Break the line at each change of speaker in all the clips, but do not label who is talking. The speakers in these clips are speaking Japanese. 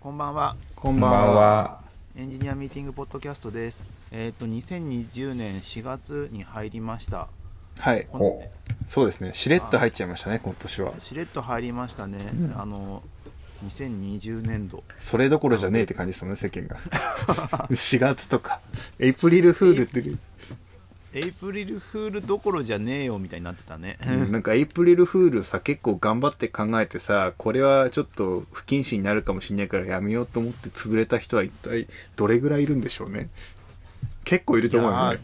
こんばんは。
こんばんは。
エンジニアミーティングポッドキャストです。えっ、と2020年4月に入りました。
はい。
こん
そうですね。しれっと入っちゃいましたね、今年は。
しれっと入りましたね。あの2020年度。
それどころじゃねえって感じですよね、世間が。4月 とか。エイプリルフールって、
エイプリルフールどころじゃねえよみたいになってたね。
うんなんかエイプリルフールさ、結構頑張って考えてさ、これはちょっと不謹慎になるかもしれないからやめようと思って潰れた人は一体どれぐらいいるんでしょうね。結構いる
い
と思うよ
や
ね。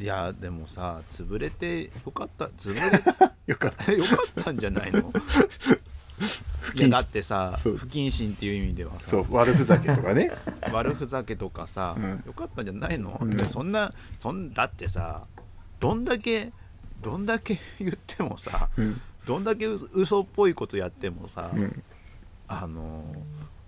いやでもさ潰れてよかった潰れ
よかった。
て よかったんじゃないの
謹
い
慎
やだってさ
そう
不謹慎っていう意味ではさ
そう、悪ふざけとかね。
悪ふざけとかさ、
うん
よかったんじゃないの、
うん
いやそんなそんだってさどんだけどんだけ言ってもさ、
うん
どんだけう嘘っぽいことやってもさ、
うん
あのー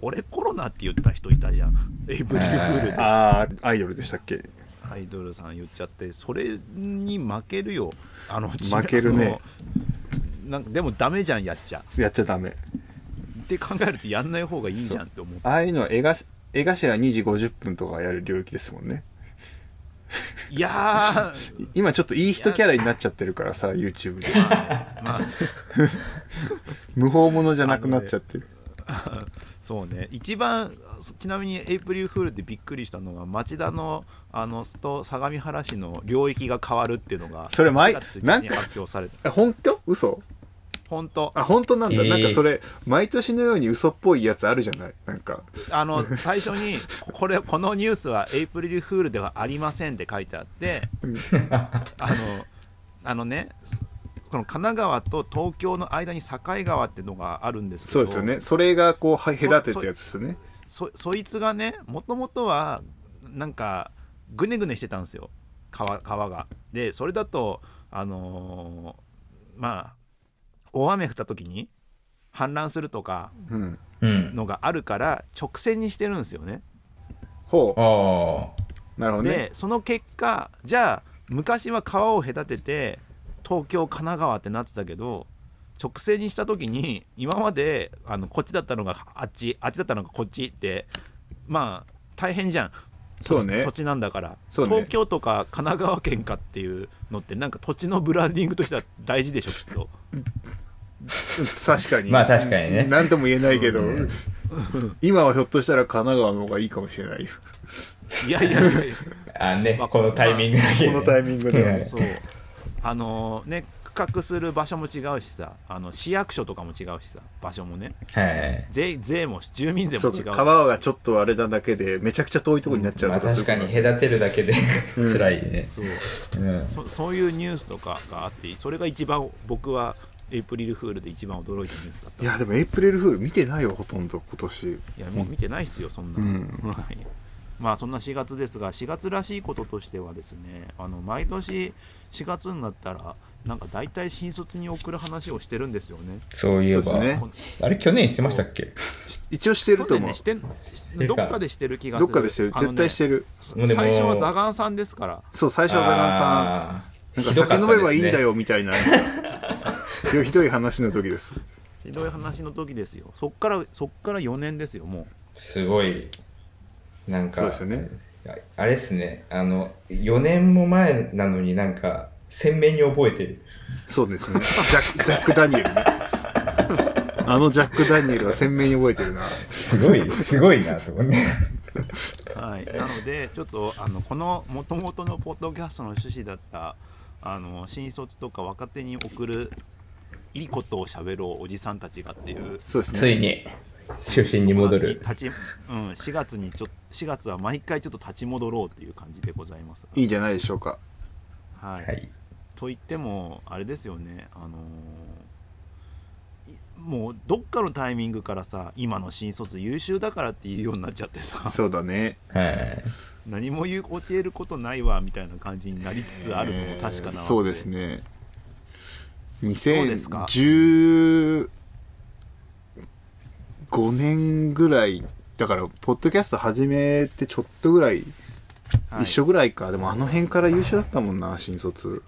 俺コロナって言った人いたじゃんエイブリルフールで
ああ、アイドルでしたっけ
アイドルさん言っちゃってそれに負けるよあの
負けるね
あのなんかでもダメじゃんやっちゃ
やっちゃダメ。
って考えるとやんない方がいいじゃんって思う
ああいうのは絵がし絵頭2時50分とかやる領域ですもんね。
いやー
今ちょっといい人キャラになっちゃってるからさ YouTube で
まあ
無法者じゃなくなっちゃってる、
そうね一番そちなみにエイプリルフールでびっくりしたのが町田のあのすと相模原市の領域が変わるっていうのが
それ前
4月1
な
日
ん
に
か
発表された
え本当嘘
本当
あ本当なんだ、
えー
なんかそれ毎年のように嘘っぽいやつあるじゃないなんか
あの最初にここれこのニュースはエイプリルフールではありませんって書いてあってあのあのねこの神奈川と東京の間に境川ってのがあるんですけど
そうですよねそれがこうは
そ
隔てたやつですよね
そそいつがねもともとはなんかぐねぐねしてたんですよ川川が。でそれだとあのーまあ大雨降った時に氾濫するとか
うん
うん。
のがあるから直線にしてるんですよね。
ほ
ああ。
うなるほどね
でその結果じゃあ昔は川を隔てて東京神奈川ってなってたけど直線にした時に今まであのこっちだったのがあっちあっちだったのがこっちってまあ大変じゃん
そうね
土地土地なんだから、
そうね
東京とか神奈川県かっていうのってなんか土地のブランディングとしては大事でしょきっ と
うん確かに
まあ確かにね
何とも言えないけど、
うん
今はひょっとしたら神奈川の方がいいかもしれないよ
いやいやいやいや
あね
まあ、
このタイミングだけ
このタイミングで
はい
そうあのね区画する場所も違うしさあの市役所とかも違うしさ場所もね
はい。
税税も住民税
そ
も
う
違う
川がちょっとあれなだけでめちゃくちゃ遠いところになっちゃう
まあ
とか、そうい
確
うこ
か
と
に隔てるだけで辛いね。
そう
うん。
そそういうニュースとかがあってそれが一番僕はエイプリルフールで一番驚いたニュースだった
いやでもエイプリルフール見てないよほとんど今年
いやみ見てないっすよそんなの、はいまあそんな4月ですが4月らしいこととしてはですねあの毎年4月になったらなんか大体新卒に送る話をしてるんですよね
そういえ
そうですね
ば。あれ、去年してましたっけ
一応してると
去年
思う、
ねしてん
る
ど
か
っかでしてる気がす
ど
る
っかでしてる
あの
絶対してる
もうでも
最初はザガンさんですから
そう最初はザガンさん
あー
なんか
ひど
酒
かった
飲
ですね
めばいいんだよみたい なひどいひどい話の時です
ひどい話の時ですよそっからそっから4年ですよもう
すごい、なん
そ
か、
うですよね
ああれですね、あの、4年も前なのになんか、鮮明に覚えてる。
そうですねジャックジャック・ダニエルねあのジャック・ダニエルは鮮明に覚えてるな
す ごい、すごいなと思って。
はい、なのでちょっとあのこのもともとのポッドキャストの趣旨だったあの新卒とか若手に送るいいことをしゃべろうおじさんたちがっていう
そうです
つ
ね
いに、初心に戻る。
立ち、うん、4月にちょ4月は毎回ちょっと立ち戻ろうっていう感じでございます、
いいんじゃないでしょうか
はい
はい。
と言ってもあれですよねあのーいもうどっかのタイミングからさ今の新卒優秀だからっていうようになっちゃってさ
そうだね
はい。
何も言う教えることないわみたいな感じになりつつあるのも確かなわけで、
そうですね
うですか
2015年ぐらいだからポッドキャスト始めてちょっとぐらい、
はい、
一緒ぐらいかでもあの辺から優秀だったもんな新卒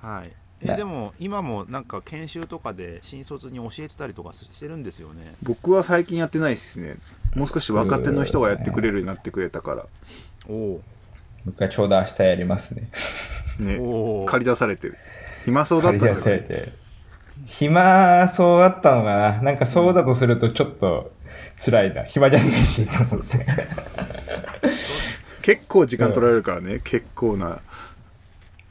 はいえ
ね
でも今もなんか研修とかで新卒に教えてたりとかしてるんですよね
僕は最近やってないですねもう少し若手の人がやってくれるようになってくれたから
お
僕はちょうど明日やりますね。
ね
おー
借り出されてる暇そうだった
借
ん
り出
だ
され
よね
て。暇そうだったのかな。なんかそうだとするとちょっと辛いな。暇じゃねえし、と思って。
結構時間取られるからね結構な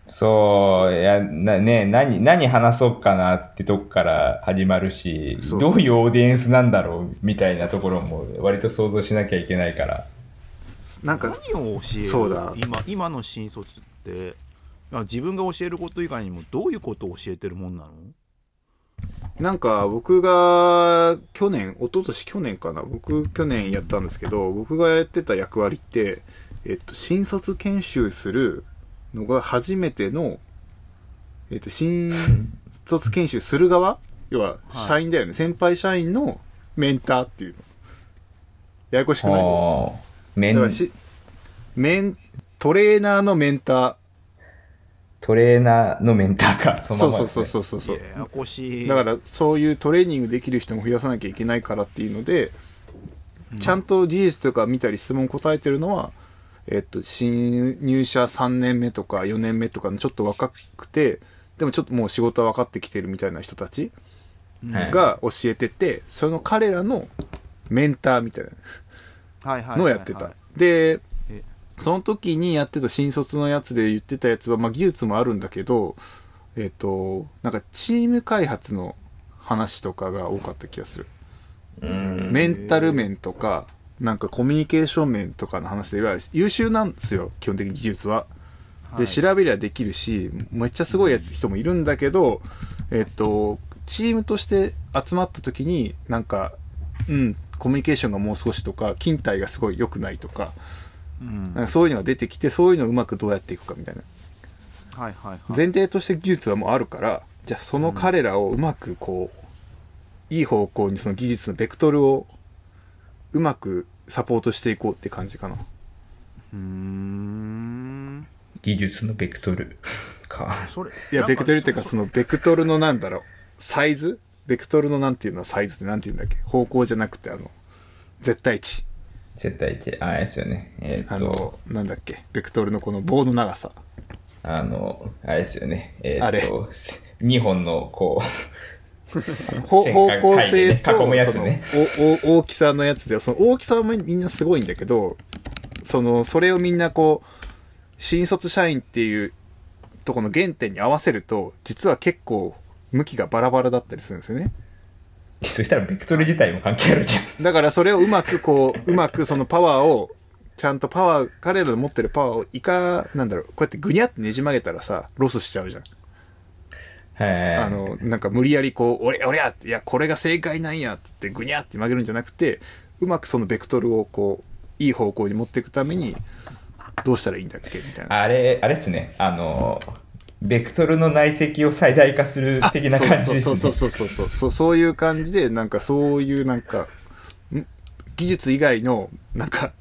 そう、いや、なね、何、何話そうかなってとこから始まるし
そ、う
どういうオーディエンスなんだろうみたいなところも割と想像しなきゃいけないから。
なんか
何を教える
そうだ
今今の新卒ってまあ自分が教えること以外にもどういうことを教えてるもんなの
なんか僕が去年、一昨年去年かな、僕去年やったんですけど、僕がやってた役割って、えっと、新卒研修するのが初めての、えっと、新卒研修する側要は、社員だよね、先輩社員のメンターっていうの。ややこしくない
おーメ
だから
ン、
し、メン、トレーナーのメンター。
トレーナーのメンターか、そのまま
そうそ
ですね、
うそうそうそう。
ややこしい
だからそういうトレーニングできる人も増やさなきゃいけないからっていうので、ちゃんと事実とか見たり質問答えてるのは、えっと、新入社3年目とか4年目とかのちょっと若くてでもちょっともう仕事は分かってきてるみたいな人たち
はい
が教えてて、その彼らのメンターみたい
はいはいはいは
ないのをやってた。で
え
その時にやってた新卒のやつで言ってたやつは、まあ、技術もあるんだけどえっ、となんかチーム開発の話とかが多かった気がする
うん
メンタル面とかなんかコミュニケーション面とかの話でいわゆる優秀なんですよ基本的に技術は。
はい
で調べりゃできるしめっちゃすごいやつ人もいるんだけど、えっと、チームとして集まった時になんか、うん、コミュニケーションがもう少しとか勤怠がすごい良くないとか
うん
なん
はい
かそういうのが出てきてそういうのをうまくどうやっていくかみたいな
はいはい
前提として技術はもうあるからじゃあその彼らをうまくこういい方向にその技術のベクトルをうまくサポートしていこうって感じかな
うーん
技術のベクトルか。
それ
いやベクトルっていうかそ
の
のベクトルのなんだろうサイズベクトルのなんていうのはサイズってなんていうんだっけ方向じゃなくてあの絶対値
絶対一、あれですよね。えっ、
あ
と
の、なんだっけベクトルのこの棒の長さ
あの、あれですよね。え
あ
っ、
れ
と、せ二本のこ
ほ
線
方向性
かい
と
でね囲むやつね
そのおお大きさのやつでその大きさはみみんなすごいんだけどそのそれをみんなこう新卒社員っていうとこの原点に合わせると実は結構向きがバラバラだったりするんですよね
う、 そしたらベクトル自体も関係あるじゃん。
だからそれをうまくこううまくそのパワーをちゃんとパワー彼らの持ってるパワーをいかなんだろうこうやってぐにゃってねじ曲げたらさロスしちゃうじゃん
はい。
あの、なんか無理やりこう、俺、俺やいや、これが正解なんやっつって、ぐにゃって曲げるんじゃなくて、うまくそのベクトルをこう、いい方向に持っていくために、どうしたらいいんだっけみたいな。
あれ、あれっすね。あの、ベクトルの内積を最大化する的な感じです
そう
ね
そう。そうそうそうそうそう、そういう感じで、なんかそういうなんか、ん技術以外の、なんか、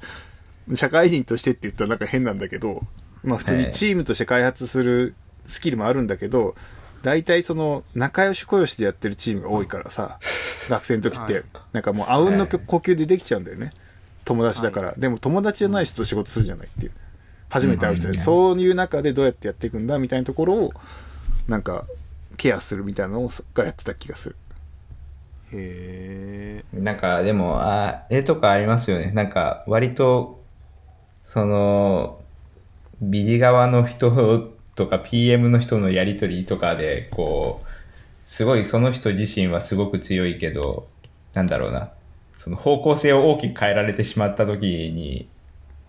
社会人としてって言ったらなんか変なんだけど、まあ普通
は
に
い
チームとして開発するスキルもあるんだけど、大体その仲良し小良しでやってるチームが多いからさ、学生の時っ
は
て
い、
なんかもうあうんの呼吸でできちゃうんだよね。友達だから。でも友達じゃない人と仕事するじゃないっていう。初めて会う人
うん
で、そういう中でどうやってやっていくんだみたいなところを、なんか、ケアするみたいなのをがやってた気がする。
へえ
なんか、でも、あれとかありますよね。なんか、割と、その、ビリ側の人とか PM の人のやりとりとかで、こう、すごいその人自身はすごく強いけど、なんだろうな。その方向性を大きく変えられてしまった時に、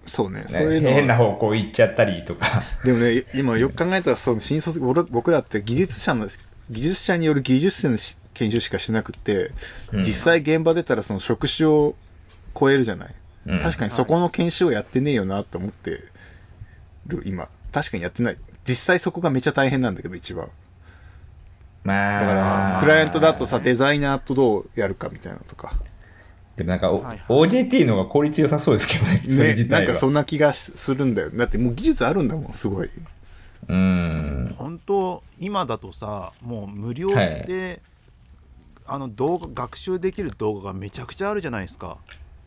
そうね。そう
ね
いうのは
変な方向行っちゃったり とか。
でもね、今よく考えたら、その新卒、僕ら僕らって技術者の、技術者による技術者のし研修しかしなくて、
うん
実際現場出たらその職種を超えるじゃない、
うん
確かにそこの研修をやってねえよなと思ってる、今。確かにやってない。実際そこがめちゃ大変なんだけど、一番。
まあ、
だから、クライアントだとさ、デザイナーとどうやるかみたいなとか。
でもなんか、お
はいはい
OJT の方が効率良さそうですけどね、それ
ね、
自
な
体
ん
は。
かそんな気がしするんだよ。だってもう技術あるんだもん、すごい。
うん。
本当今だとさもう無料で、
はい
あの動画学習できる動画がめちゃくちゃあるじゃないですか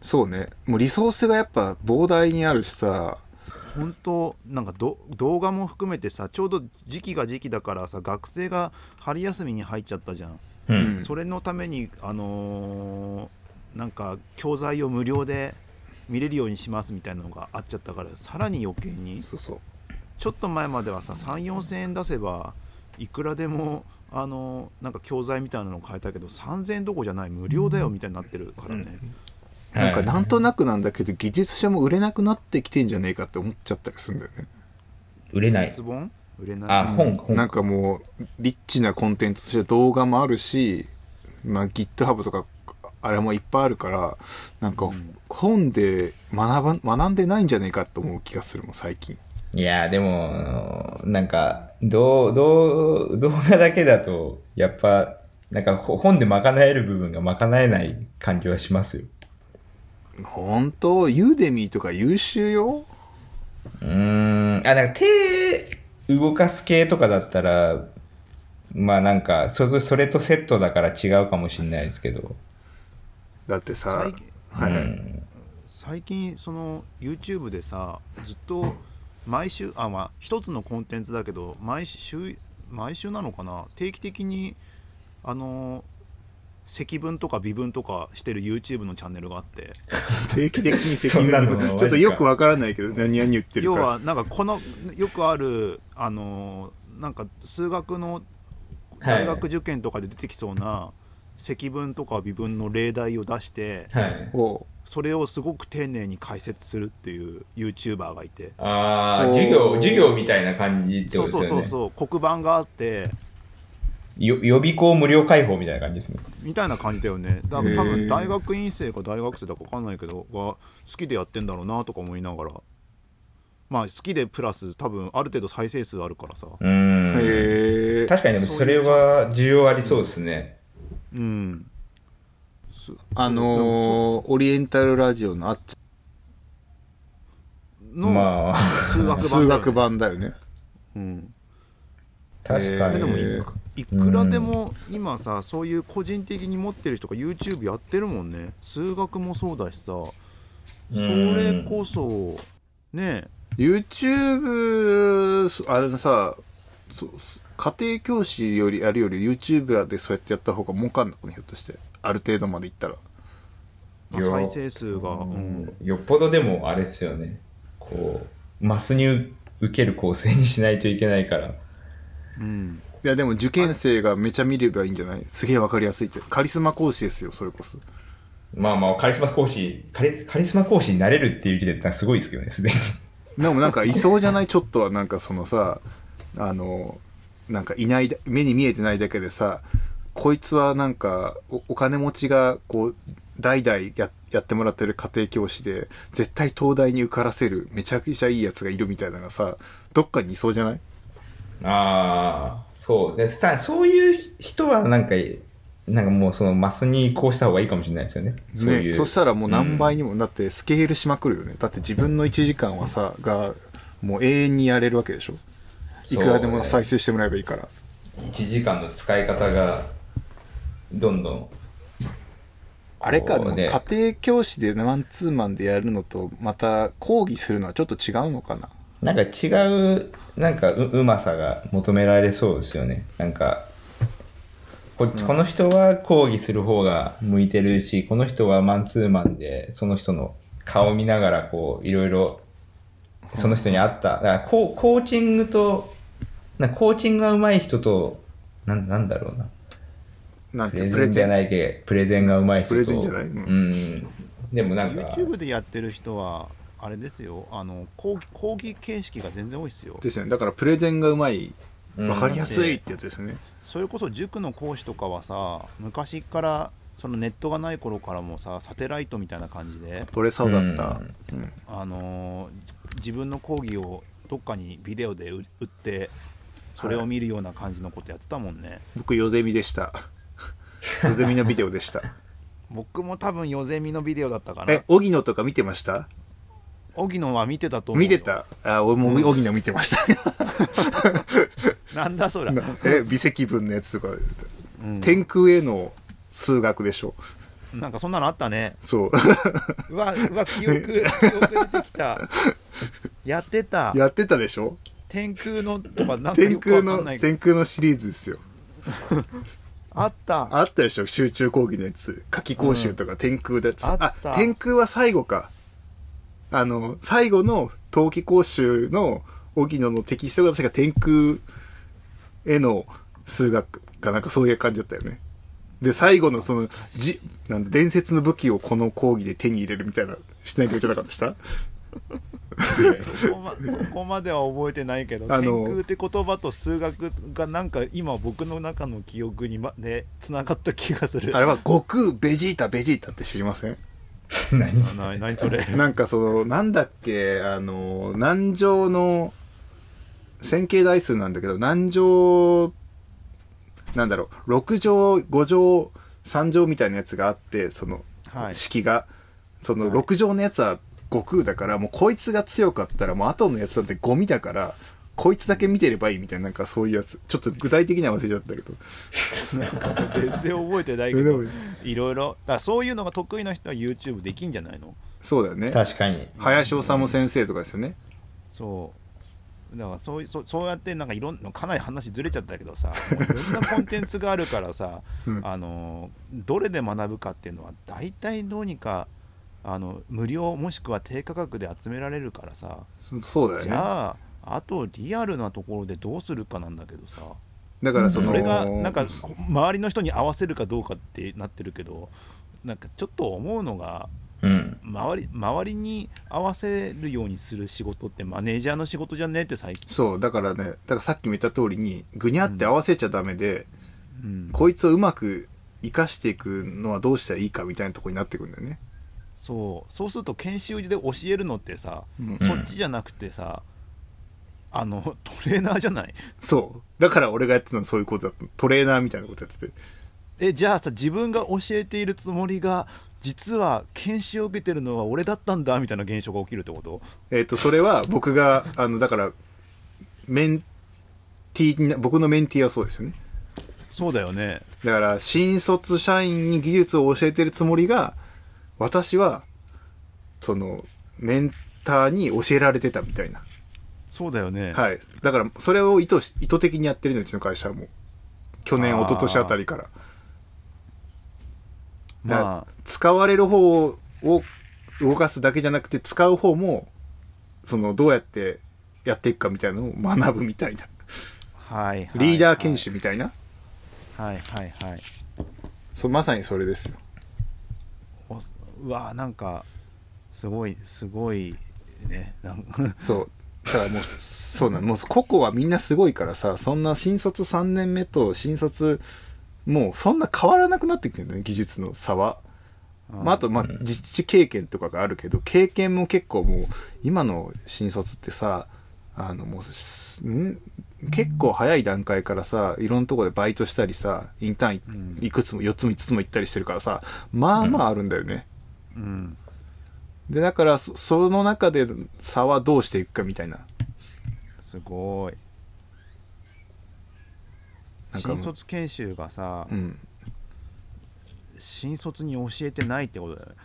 そうねもうリソースがやっぱ膨大にあるしさ
本当なんかど動画も含めてさちょうど時期が時期だからさ学生が春休みに入っちゃったじゃん、
うんん。
それのためにあのーなんか教材を無料で見れるようにしますみたいなのがあっちゃったからさらに余計に
そうそう
ちょっと前まではさ34000円出せばいくらでもあのーなんか教材みたいなの買えたけど3000円どころじゃない無料だよみたいになってるからね、
なんか
はい
なんとなくなんだけど技術者も売れなくなってきてんじゃねえかって思っちゃったりするんだよね
売れない
ズ。ボン売れない
あ、本、
うん
本。
なんかもうリッチなコンテンツとして動画もあるし、まあ、GitHub とかあれもいっぱいあるからなんか
ん
本で学ば学んでないんじゃねえかと思う気がするもん最近
いやーでもあのーなんかどうどう動画だけだとやっぱなんかほ本で賄える部分が賄えない感じはしますよ。
本当ユーデミーとか優秀よ
うーんあなんか手動かす系とかだったらまあなんかそれそれとセットだから違うかもしれないですけど。
だってさ
最近
はい、
うん
最近その YouTube でさずっと毎週あまあ一つのコンテンツだけど毎週毎週なのかな定期的にあの積分とか微分とかしてる YouTube のチャンネルがあって
定期的に責
そんな
任
の割
ち
か
ょっとよくわからないけど何々言ってる
要
か
はなんかこのよくあるあのなんか数学の
は
大
い
学受験とかで出てきそうな積分とか微分の例題を出して
はい、
お
それをすごく丁寧に解説するっていう YouTuber がいて
ああ
おー
授業授業みたいな感じって
そ
こ
う
と
そう
です
そ
よ
う
ね。
そう黒板があって
よ予備校無料開放みたいな感じですね。
みたいな感じだよねだから多分大学院生か大学生だか分かんないけどが好きでやってんだろうなとか思いながらまあ好きでプラス多分ある程度再生数あるからさ
うーん。
へえ
確かにでもそれは需要ありそうですね。
うんす
あのーオリエンタルラジオのあっち
の、
まあ、
数学版だよね
数学版だよね
うん
確
え
か
ー
え
に。
でもい
へー
いくらでも今さそういう個人的に持ってる人が YouTube やってるもんね数学もそうだしさそれこそね
YouTube そあれのさそそ家庭教師よりあるより YouTuber でそうやってやった方が儲かんのかねひょっとしてある程度までいったら
まあ
いや
再生数が、うん
よっぽどでもあれですよね。こう、マスに受ける構成にしないといけないから。
うん
いやでも受験生がめちゃ見ればいいんじゃないすげえわかりやすいってカリスマ講師ですよそれこそ
まあまあ、カリスマ講師、カリスカリスマ講師になれるっていう時点でなんかすごいですけどね、すでに。
でもなんかいそうじゃないちょっとはなんかそのさあのなんかいないだ目に見えてないだけでさこいつはなんかおお金持ちがこう代々ややってもらってる家庭教師で絶対東大に受からせるめちゃくちゃいいやつがいるみたいなのがさどっかにいそうじゃない
ああ、そう。でさそういう人はなんか、なんかもうそのマスにこうした方がいいかもしれないですよね。そういう。
ね、そしたらもう何倍にも、だってスケールしまくるよねだって自分の1時間はさがもう永遠にやれるわけでしょいくらでも再生してもらえばいいから
1時間の使い方が、どんどん
あれか、
そう
で
ね
も家庭教師でマンツーマンでやるのと、また講義するのはちょっと違うのかな。
なんか違うなんかううまさが求められそうですよねなんかここの人は講義する方が向いてるしこの人はマンツーマンでその人の顔を見ながらこういろいろその人に合っただからコーコーチングとなんかコーチングが上手い人となんなんだろう
な
な
ん
プ
て
レ
プ
ゼ
レ
ンじ
ゼ
ゃ
ン。
ないけプレゼンが上手い人と
プレゼンじゃない
う
う
ん
ん、
でもなんか
YouTube でやってる人はあれですよあの講義講義形式が全然多いですよ
ですよね。だからプレゼンがうまい、
うん
わかりやすいってやつですよね。
それこそ塾の講師とかはさ昔からそのネットがない頃からもさサテライトみたいな感じで、
取れそうだった。うん
あのー自分の講義をどっかにビデオで売売ってそれを見るような感じのことやってたもんね、
僕、ヨゼミでした。 ヨゼミのビデオでした。
僕も多分ヨゼミのビデオだったか
え
ら、
荻野とか見てました
荻野は見てたと思う
見
よ
てたあ、俺も荻野見てました。
なんだそりゃ
え、微積分のやつとか
ん、
天空への数学でしょ。
なんかそんなのあったね
そう
わうわ記憶記憶出てきたやってた
うやってたでしょ
天空のとかなんかよ
天
くわ
空
か
の
んないけど
天空のシリーズですよ
あった
あったでしょ集中講義のやつ夏季講習とか天空だやつ、
あった
天空は最後かあの最後の冬季講習の荻野のテキストが確か天空への数学かなんかそういう感じだったよねで最後のそのじなんだ伝説の武器をこの講義で手に入れるみたいなしないといけなかったでした
そこ,、ま、そこまでは覚えてないけど
あ
天
の
空って言葉と数学がなんか今僕の中の記憶にまでつながった気がする
あれは悟空ベジータベジータって知りません
何それ
な何それ
なんかその、なんだっけ、あの、南城の、線形代数なんだけど、南城、なんだろう、6乗、5乗、3乗みたいなやつがあって、その、
はい
式が。その、
はい
6乗のやつは悟空だから、もうこいつが強かったら、もう後のやつなんてゴミだから、こいつだけ見てればいいみたいな、なんかそういうやつ。ちょっと具体的には忘れちゃったけど。
全然覚えてないけど
でも
いろいろだからそういうのが得意な人は YouTube できんじゃないの
そうだよね。
確かに。
林修先生とかですよね。
そうだからそういそうそうやってなんかいろんなかなり話ずれちゃったけどさもういろんなコンテンツがあるからさ、
うん
あのどれで学ぶかっていうのは大体どうにかあの無料もしくは低価格で集められるからさ
そそうだよね。
じゃああとリアルなところでどうするかなんだけどさ
だからその、
それがなんか周りの人に合わせるかどうかってなってるけどなんかちょっと思うのが
うん。
周り周りに合わせるようにする仕事ってマネージャーの仕事じゃねえって最近、
そう、だからね、だからさっきも言った通りに、ぐにゃって合わせちゃダメで、
うん、
こいつをうまく生かしていくのはどうしたらいいかみたいなとこになってくんだよね。
そうそうすると研修で教えるのってさ、
うん
そっちじゃなくてさあのトレーナーじゃない
そう。だから俺がやってたのはそういうことだったの。トレーナーみたいなことやってて。
えじゃあさ自分が教えているつもりが実は研修を受けてるのは俺だったんだみたいな現象が起きるってこと
えっ、と、それは僕が、あの、だから、メンティーにな、僕のメンティーはそうですよね。
そうだよね
だから、新卒社員に技術を教えてるつもりが、私は、その、メンターに教えられてたみたいな。
そうだよね、
はい。だから、それを意図し、意図的にやってるの、うちの会社はもう。去年、
あー
一昨年あたりから。だから
まあ
使われる方を動かすだけじゃなくて、使う方も、その、どうやってやっていくかみたいなのを学ぶみたいな。
はいはい
リーダー研修みたいな。
はいはいはい
そうまさにそれですよ。
おうわーなんかすごいすごいねなんか
そう。だからもう、そうなの。もう、個々はみんなすごいからさ、そんな新卒3年目と新卒、もうそんな変わらなくなってきてるんだね、技術の差は。まあ、あと、まあ、実地経験とかがあるけど、経験も結構もう、今の新卒ってさ、あの、もうす、ん結構早い段階からさ、いろんなとこでバイトしたりさ、インターン
うん
いいくつも4つも5つも行ったりしてるからさ、まあまああるんだよね。
うん
で、だからそ、その中で差はどうしていくかみたいな。
すごい
なんかもう
新卒研修がさ、
うん。
新卒に教えてないってことだよね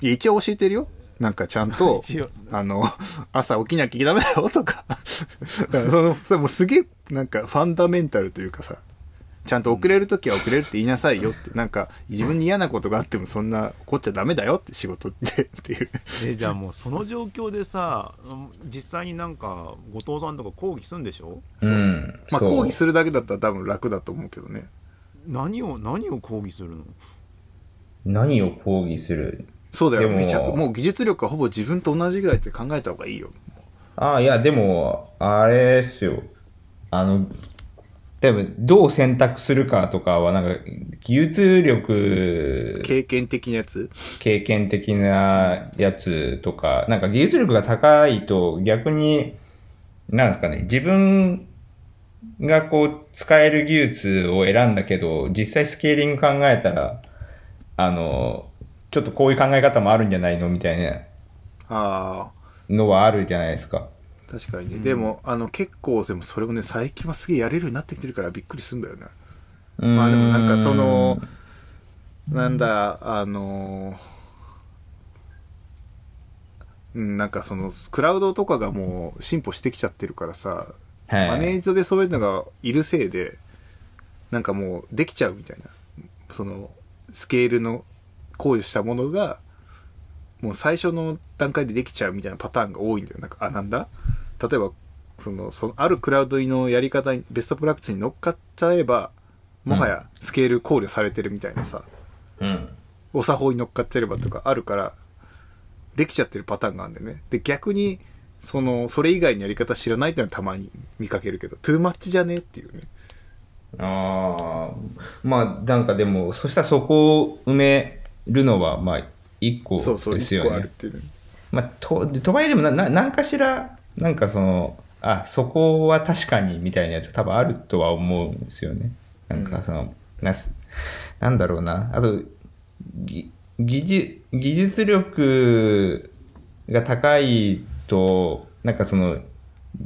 いや一応教えてるよ。なんかちゃんと、
一応
あの、朝起きなきゃダメだよとか。 だからその、それもうすげえ、なんかファンダメンタルというかさ、ちゃんと遅れるときは遅れるって言いなさいよって、なんか自分に嫌なことがあってもそんな怒っちゃダメだよって仕事って、 っていう。
えじゃあ もうその状況でさうん実際になんか後藤さんとか講義するんでしょ
うん。
まあ抗議
る。
するだけだったら多分楽だと思うけどね。
何を何を講義するの
何を抗議する
そうだよ。
でも
めちゃく、もう技術力はほぼ自分と同じぐらいって考えた方がいいよ。
ああ、いや、でも、あれですよ。あの、多分、どう選択するかとかは、なんか、技術力、
経験的なやつ。
経験的なやつとか、なんか技術力が高いと逆に、なんですかね、自分がこう使える技術を選んだけど、実際スケーリング考えたら、あの、ちょっとこういう考え方もあるんじゃないのみたいな
ああ。
のはあるじゃないですか。
確かにね、でもあの結構でもそれをね最近はすげえやれるようになってきてるからびっくりするんだよね、
ま
まあでもなんかそのなんだ、あのーうんなんかその、クラウドとかがもう進歩してきちゃってるからさ、
はい。
マネージャーでそういうのがいるせいで、なんかもうできちゃうみたいな。その、スケールの考慮したものが、もう最初の段階でできちゃうみたいなパターンが多いんだよ。なんか、あ、なんだ例えば、その、そのあるクラウドのやり方に、ベストプラクティスに乗っかっちゃえば、もはやスケール考慮されてるみたいなさ、
うん。
お作法に乗っかっちゃえばとかあるから、できちゃってるパターンがあるんだよね。で、逆に、その、それ以外のやり方知らないっていうのはたまに見かけるけど、トゥーマッチじゃねっていうね。
ああ、まあなんかでも、そしたらそこを埋めるのは、まあ、一個
そうそう、
です
一
よね。
個あるっていうね。
まあ、ととはいえでもなな何かしらなんかそのあそこは確かにみたいなやつ多分あるとは思うんですよねなんかその、なすなんだろうなあとぎ技術技術力が高いとなんかその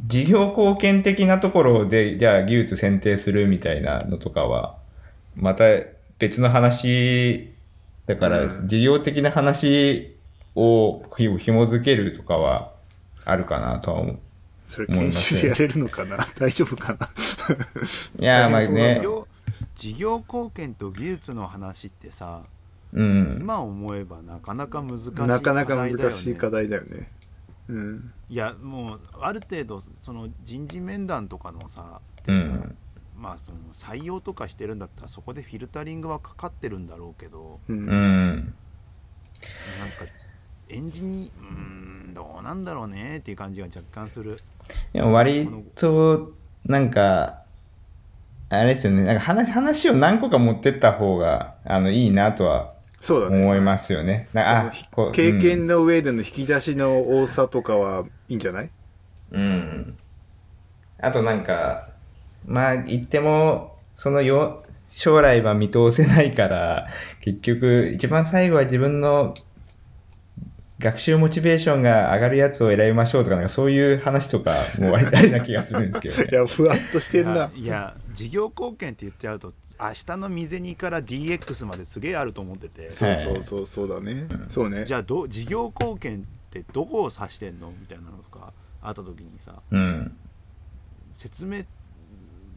事業貢献的なところでじゃあ技術選定するみたいなのとかはまた別の話だから事業的な話をひ紐付けるとかはあるかなとは思う。
それ研修でやれるのかな大丈夫かない
やーまあ
大
事
変そうだ
ね、
業事業貢献と技術の話ってさ
うん、
今思えばなかなか難しい課題だよ、ね、
なかなか難しい課題だよね。うん。
いやもうある程度その人事面談とかのさ,、
うん
まあその採用とかしてるんだったらそこでフィルタリングはかかってるんだろうけど
う。
うんん、
なんかエンジニうーんどうなんだろうねっていう感じが若干する
でも割となんかあれですよねなんか話話を何個か持ってった方があのいいなとは
そうだね。
思いますよね。なあ
そ
こ
の
う
経験の上での引き出しの多さとかはいいんじゃない
うん。あとなんか、まあ言っても、そのよ将来は見通せないから、結局一番最後は自分の学習モチベーションが上がるやつを選びましょうとか、なんかそういう話とかも割とありな気がするんですけどね
い。 や、ふわっとしてん
いや
な。
いや事業貢献って言っちゃうと明日の未銭から DX まですげえあると思ってて
そうそうそうそうだね。そうね。
じゃあど事業貢献ってどこを指してんのみたいなのとかあった時にさ
うん。
説明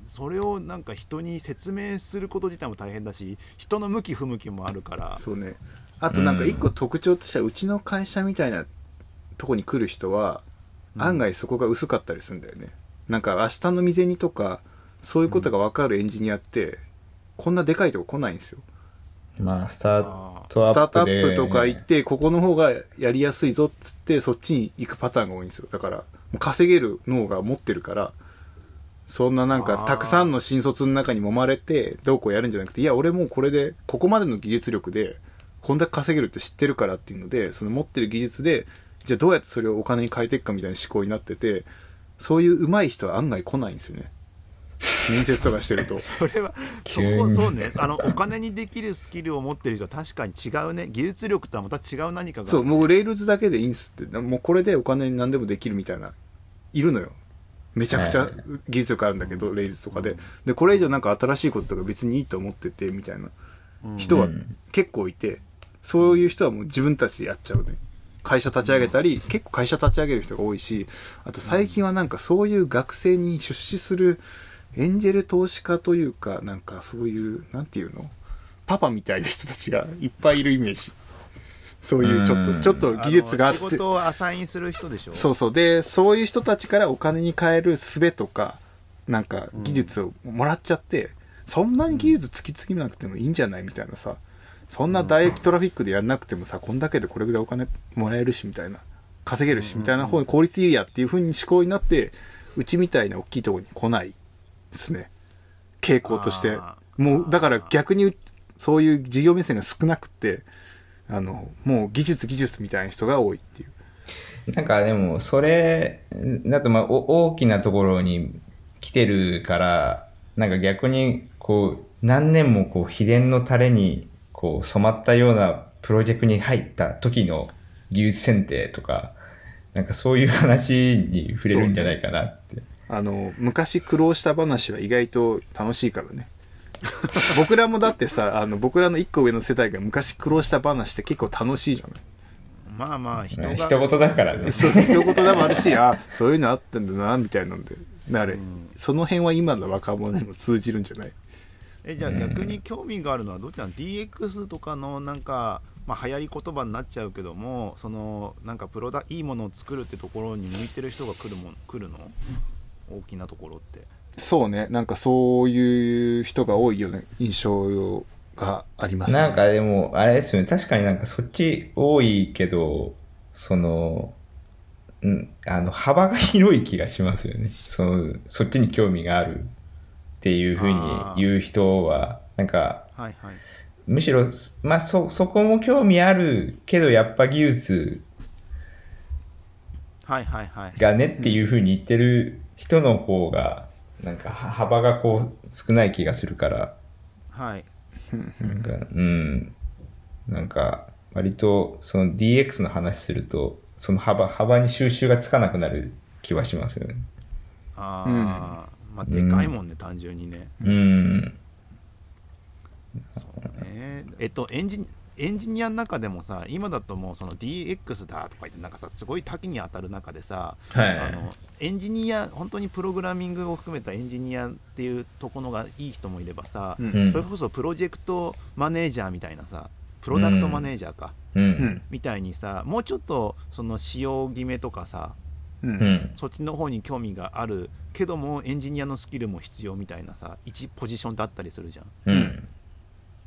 それをなんか人に説明すること自体も大変だし人の向き不向きもあるから
そうねあとなんか一個特徴としてはうちの会社みたいなとこに来る人は
うん
案外そこが薄かったりするんだよね、なんか明日の未然にとかそういうことが分かるエンジニアってこんなでかいとこ来ないんですよ
まあ、スタートア
スタート
ッ
ア
プで、
ップとか行ってここの方がやりやすいぞっつってそっちに行くパターンが多いんですよだからもう稼げる脳が持ってるからそんななん
あ
か
ー
たくさんの新卒の中に揉まれてどうこうやるんじゃなくていや俺もうこれでここまでの技術力でこんだけ稼げるって知ってるからっていうのでその持ってる技術でじゃあどうやってそれをお金に変えていくかみたいな思考になっててそういう上手い人は案外来ないんですよね面接とかしてる と
それはそ
急
こ
に
そうねあのお金にできるスキルを持ってる人は確かに違うね技術力とはまた違う何かが
そう、もうレールズだけでいいんですって。なもうこれでお金に何でもできるみたいな、いるのよ。めちゃくち
は
ゃ
い
技術力あるんだけど、レールズとかで。で、これ以上なんか新しいこととか別にいいと思ってて、みたいな
うん
人は
うん
結構いて、そういう人はもう自分たちでやっちゃうね。会社立ち上げたり、結構会社立ち上げる人が多いし、あと最近はなんかそういう学生に出資するエンジェル投資家というか、なんかそういう、なんていうのパパみたいな人たちがいっぱいいるイメージ。そういうちょっ
うん
と、ちょっと技術があって
あの仕。事をアサインする人でしょ
そうそう。で、そういう人たちからお金に変える術とか、なんか技術をもらっちゃって、そんなに技術突き詰めなくてもいいんじゃないみたいなさ。そんなダイエットトラフィックでやんなくてもさ、こんだけでこれぐらいお金もらえるしみたいな。稼げるしみたいな方に効率いいやっていう風に思考になって、うちみたいな大きいところに来ないですね。傾向として
あ。ー
もう、だから逆に、そういう事業目線が少なくて、あの、もう技術技術みたいな人が多いっていう。
なんかでもそれだとまあお大きなところに来てるからなんか逆にこう何年もこう秘伝のタレにこう染まったようなプロジェクトに入った時の技術選定とかなんかそういう話に触れるんじゃないかなって。
あの、昔苦労した話は意外と楽しいからね。 僕らもだってさ、あの、僕らの一個上の世代が昔苦労した話って結構楽しいじゃない
まあまあ人が、
ね人事だからね。
そう、一言でもある し、あ、そういうのあったんだな、みたいなんで。なる、その辺は今の若者にも通じるんじゃない
えじゃあ逆に興味があるのはどっちなの DX とかのなんか、まあ、流行り言葉になっちゃうけどもそのなんかプロダいいものを作るってところに向いてる人が来るもん来るの大きなところって
そうね、なんかそういう人が多いよね、印象がありますね。
なんかでも、あれですよね、確かになんかそっち多いけど、その、うん、あの、幅が広い気がしますよね。その、そっちに興味があるっていうふうに言う人は、なんか、
はいはい
むしろ、まあそ、そこも興味あるけど、やっぱ技術
はいはいはい
がねっていうふうに言ってる人の方が、なんかは幅がこう少ない気がするから、
はい
なんか、うん。なんか、割と、その DX の話すると、その幅、幅に収集がつかなくなる気はしますよね。
あー、まあでかいもんね、単純にね
うん。
そうねえっとエンジニエンジニアの中でもさ今だともうその DX だとか言ってなんかさすごい多岐に当たる中でさ、
は
あのエンジニア本当にプログラミングを含めたエンジニアっていうところがいい人もいればさ、
うん
うん
それこそプロジェクトマネージャーみたいなさプロダクトマネージャーか、
う。
うんん。
みたいにさもうちょっとその使用決めとかさ
う。
うんん。
そっちの方に興味があるけどもエンジニアのスキルも必要みたいなさ一ポジションだったりするじゃん
うん。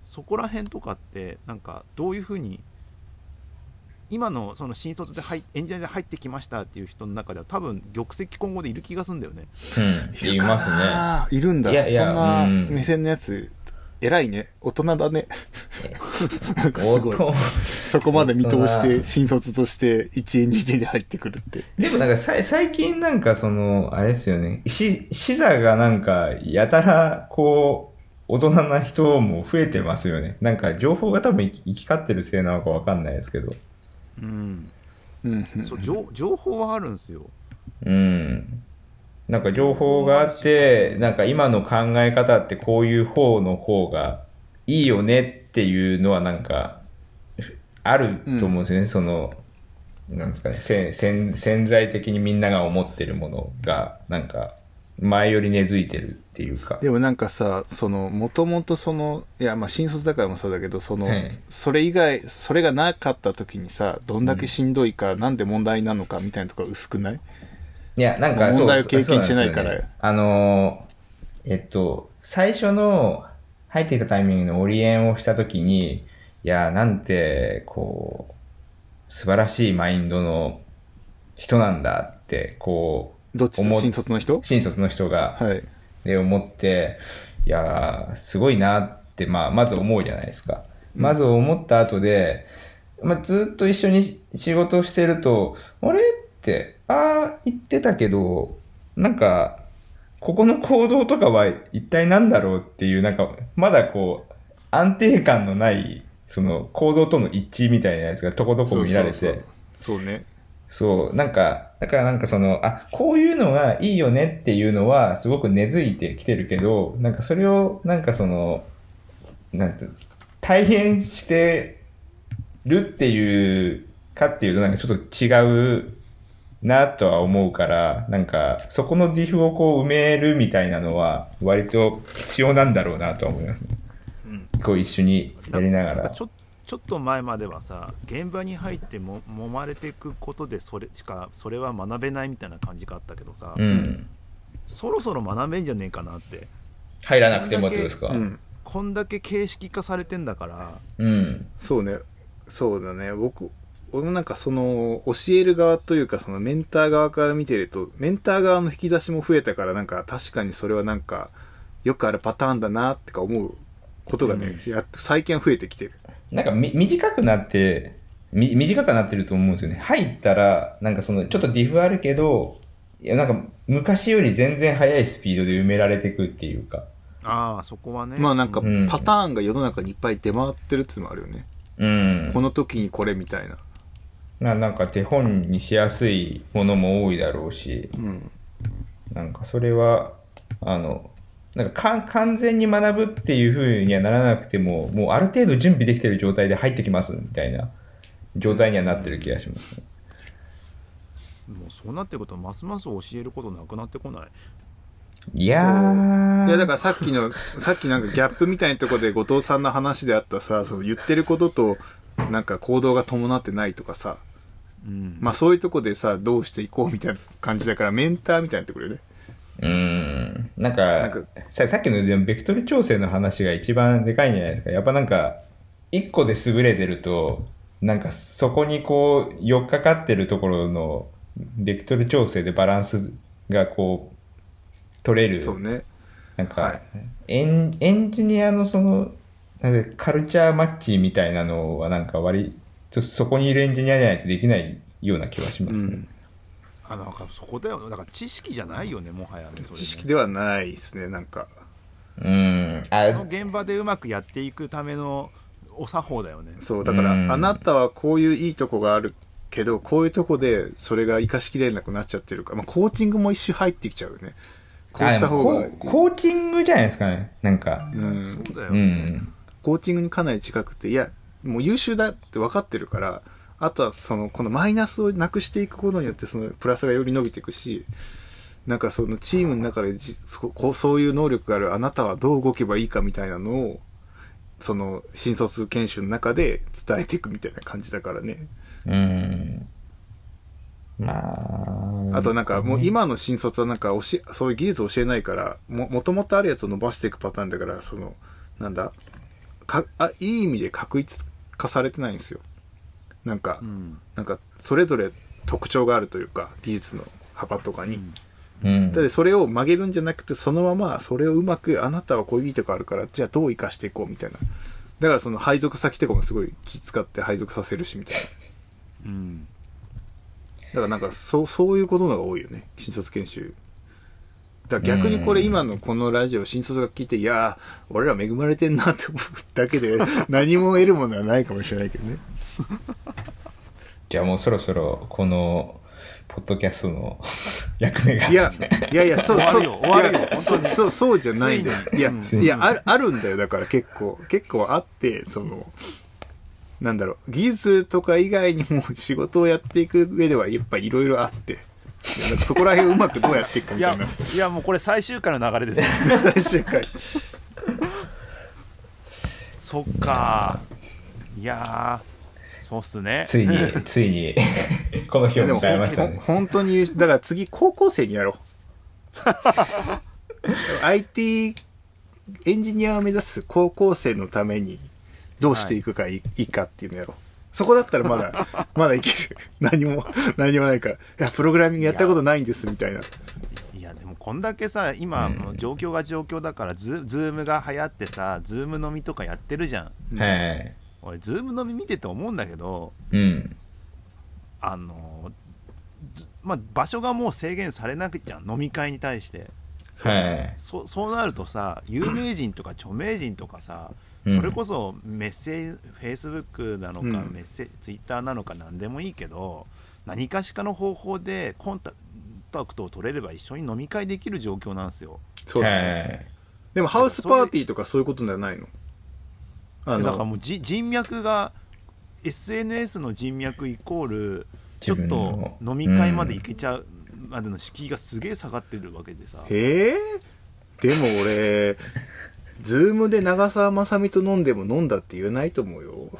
そこら辺とかってなんかどういうふうに今のその新卒で入エンジニアで入ってきましたっていう人の中では多分玉石混合でいる気がするんだよね
うん。いますね。
ね。いるんだ。
いやいや
そんな
うん
目線のやつ、偉いね。大人だね。なんかす
お
ごい。
と
そこまで見通し
大人
て、新卒として一エンジニアで入ってくるって。
でもなんかさい最近なんかその、あれですよね。し、視座がなんか、やたら、こう、大人な人も増えてますよね。なんか情報が多分行き行き交ってるせいなのかわかんないですけど。
うん
うんうん
そう情情報はあるんですよ。
うん。なんか情報があって、なんか今の考え方ってこういう方の方がいいよねっていうのはなんかあると思うんですよね。その、なんですかね、せ潜潜在的にみんなが思ってるものが、なんか前より根付いてるっていうか。
でもなんかさそのもともとそのいやまあ新卒だからもそうだけどその、
はい
それ以外それがなかった時にさどんだけしんどいか、なんで問題なのかみたいなところ薄くない
いや、なんか
問題を
そう
経験してないから
そうなんですよねあのー、えっと、最初の入ってきたタイミングのオリエンをしたときに、いや、なんて、こう、素晴らしいマインドの人なんだって、こ
どっち
思
と
う
新卒の人
う、新卒の人が、
はい
で思って、いやー、すごいなって、まあ、まず思うじゃないですか。まず思った後で、まあ、ずっと一緒に仕事をしてると、あれって、ああ、言ってたけど、なんか、ここの行動とかは一体何だろうっていう、なんか、まだこう、安定感のない、その行動との一致みたいなやつがとことこ見られて、
そうそうそうそうね
そう、なんか、だからなんかその、あ、こういうのがいいよねっていうのはすごく根付いてきてるけど、なんかそれを、なんかその、なんて、体現してるっていうかっていうと、なんかちょっと違うなとは思うから、なんかそこのディフをこう埋めるみたいなのは、割と必要なんだろうなとは思いますね。こう一緒にやりなが。
なんからちょちょっと前まではさ現場に入っても揉まれていくことでそれしかそれは学べないみたいな感じがあったけどさ、
うん。
そろそろ学べんじゃねえかなって
入らなくてもってことですか。
うん
こんだけ形式化されてんだから
うん。
そうねそうだね僕俺もなんかその教える側というかそのメンター側から見てるとメンター側の引き出しも増えたからなんか確かにそれはなんかよくあるパターンだなってか思うことがね、やっと最近は増えてきてる
なんかみ短くなってみ短くなってると思うんですよね入ったらなんかそのちょっとディフあるけどいやなんか昔より全然速いスピードで埋められてくっていうか
ああそこはね
まあなんか
う
うん
パターンが世の中にいっぱい出回ってるっていうのもあるよね、
うん
この時にこれみたいな
ななんか手本にしやすいものも多いだろうし
うん
なんかそれはあのなんかか完全に学ぶっていうふうにはならなくてももうある程度準備できてる状態で入ってきますみたいな状態にはなってる気がします、ね
もうそうなってくるとますます教えることなくなってこない
いやー
いやだからさっきの、さっきなんかギャップみたいなとこで後藤さんの話であったさ、その言ってることと、なんか行動が伴ってないとかさ、
うん
まあそういうとこでさ、どうしていこうみたいな感じだから、メンターみたいなところよね。
うーんなん
なん
か
か
ささっきのでもベクトル調整の話が一番でかいんじゃないですかやっぱなんか一個で優れてるとなんかそこにこう寄っかかってるところのベクトル調整でバランスがこう取れる
そうね。
なんか、
はい
エンエンジニアのそのなんかカルチャーマッチみたいなのはなんか割とそこにいるエンジニアじゃないとできないような気はしま
う
すね。
ん。
あなんかそこだよねだから知識じゃないよねもはやねそれね
知識ではないですね、なんか。
うん、
その
あ
現場でうまくやっていくためのお作法だよね
そう、だから、
うん
あなたはこういういいとこがあるけど、こういうとこでそれが活かしきれなくなっちゃってるから、まあコーチングも一周入ってきちゃうよね。こう
あ
し
で
た方
もこ
が
う、コーチングじゃないですかねなんか、
うん
そうだよ
う
ね、
ん、
コーチングにかなり近くて、いや、もう優秀だって分かってるから、あとはその、このマイナスをなくしていくことによって、そのプラスがより伸びていくし、なんかそのチームの中でじそこうそういう能力があるあなたはどう動けばいいかみたいなのを、その新卒研修の中で伝えていくみたいな感じだからね。
うん、まあ、
あとなんかもう今の新卒はなんか教えそういう技術を教えないからももともとあるやつを伸ばしていくパターンだからそのなんだかあいい意味で確一化されてないんですよなんか、
うん
なんかそれぞれ特徴があるというか技術の幅とかに、
ん
うん、
だってそれを曲げるんじゃなくてそのままそれをうまくあなたはこういういいとこあるからじゃあどう生かしていこうみたいなだからその配属先とかもすごい気使って配属させるしみたいな
うん
だからなんかそうそういうことのが多いよね新卒研修だから逆にこれ
うん
今のこのラジオ新卒が聞いていやー俺ら恵まれてんなって思うだけで 何も得るものはないかもしれないけどね
じゃあもうそろそろこのポッドキャストの 役目が
いやいやいやそう
終わ
そう
るよ終わるよ
い
本
や
当
そう
に
そうそうじゃないんだよ
ついに
いや
うん
いやあるあるんだよだから結構結構あってそのなんだろう技術とか以外にも仕事をやっていく上ではやっぱいろいろあっていやなんかそこら辺をうまくどうやっていくか
い
みた
や
いない
やもうこれ最終回の流れですよ
最終回
そっかいやーそうっすね
ついについに この日を
でも
迎えました
ほん
ね。
本当に優秀だから次高校生に やろう IT エンジニアを目指す高校生のためにどうしていくかい,、い、いかっていうのやろうそこだったらま だまだいける何も何もないからいやプログラミングやったことないんですみたいない
やでもこんだけさ今もう状況が状況だからズズームが流行ってさズーム飲みとかやってるじゃん
はい。
俺ズーム飲み見てて思うんだけど
うん。
あのずまあ、場所がもう制限されなくちゃん飲み会に対して
はい。
そそうなるとさ有名人とか著名人とかさ、
うん
それこそメッセージフェイスブックなのか、
うん
メッセツイッターなのか何でもいいけど何かしかの方法でコンタクトを取れれば一緒に飲み会できる状況なんですよ
そうだね、
はい。
でもハウスパーティーとかそういうことじゃないのあ
だから
の
もうじ人脈が SNS の人脈イコールちょ
自
っ
分
と
の
飲み会まで行けちゃうまでの敷居がすげえ下がってるわけでさ、
えー、でも俺ズームで長澤まさみと飲んでも飲んだって言えないと思うよ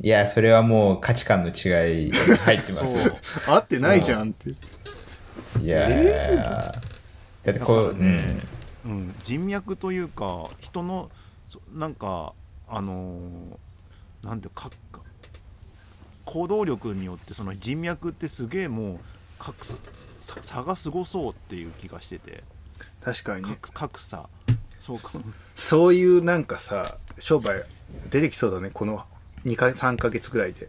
いや、それはもう価値観の違い入ってます よ。
合ってないじゃんって。
いやーだってこう、
だから
う
ね
ん。
うん、人脈というか人のそなんかあのーなんていうかか行動力によってその人脈ってすげえもう格差さ差がすごそうっていう気がしてて
確かに。
格格差そうか
そういうなんかさ、商売出てきそうだね、この2か3ヶ月ぐらいで。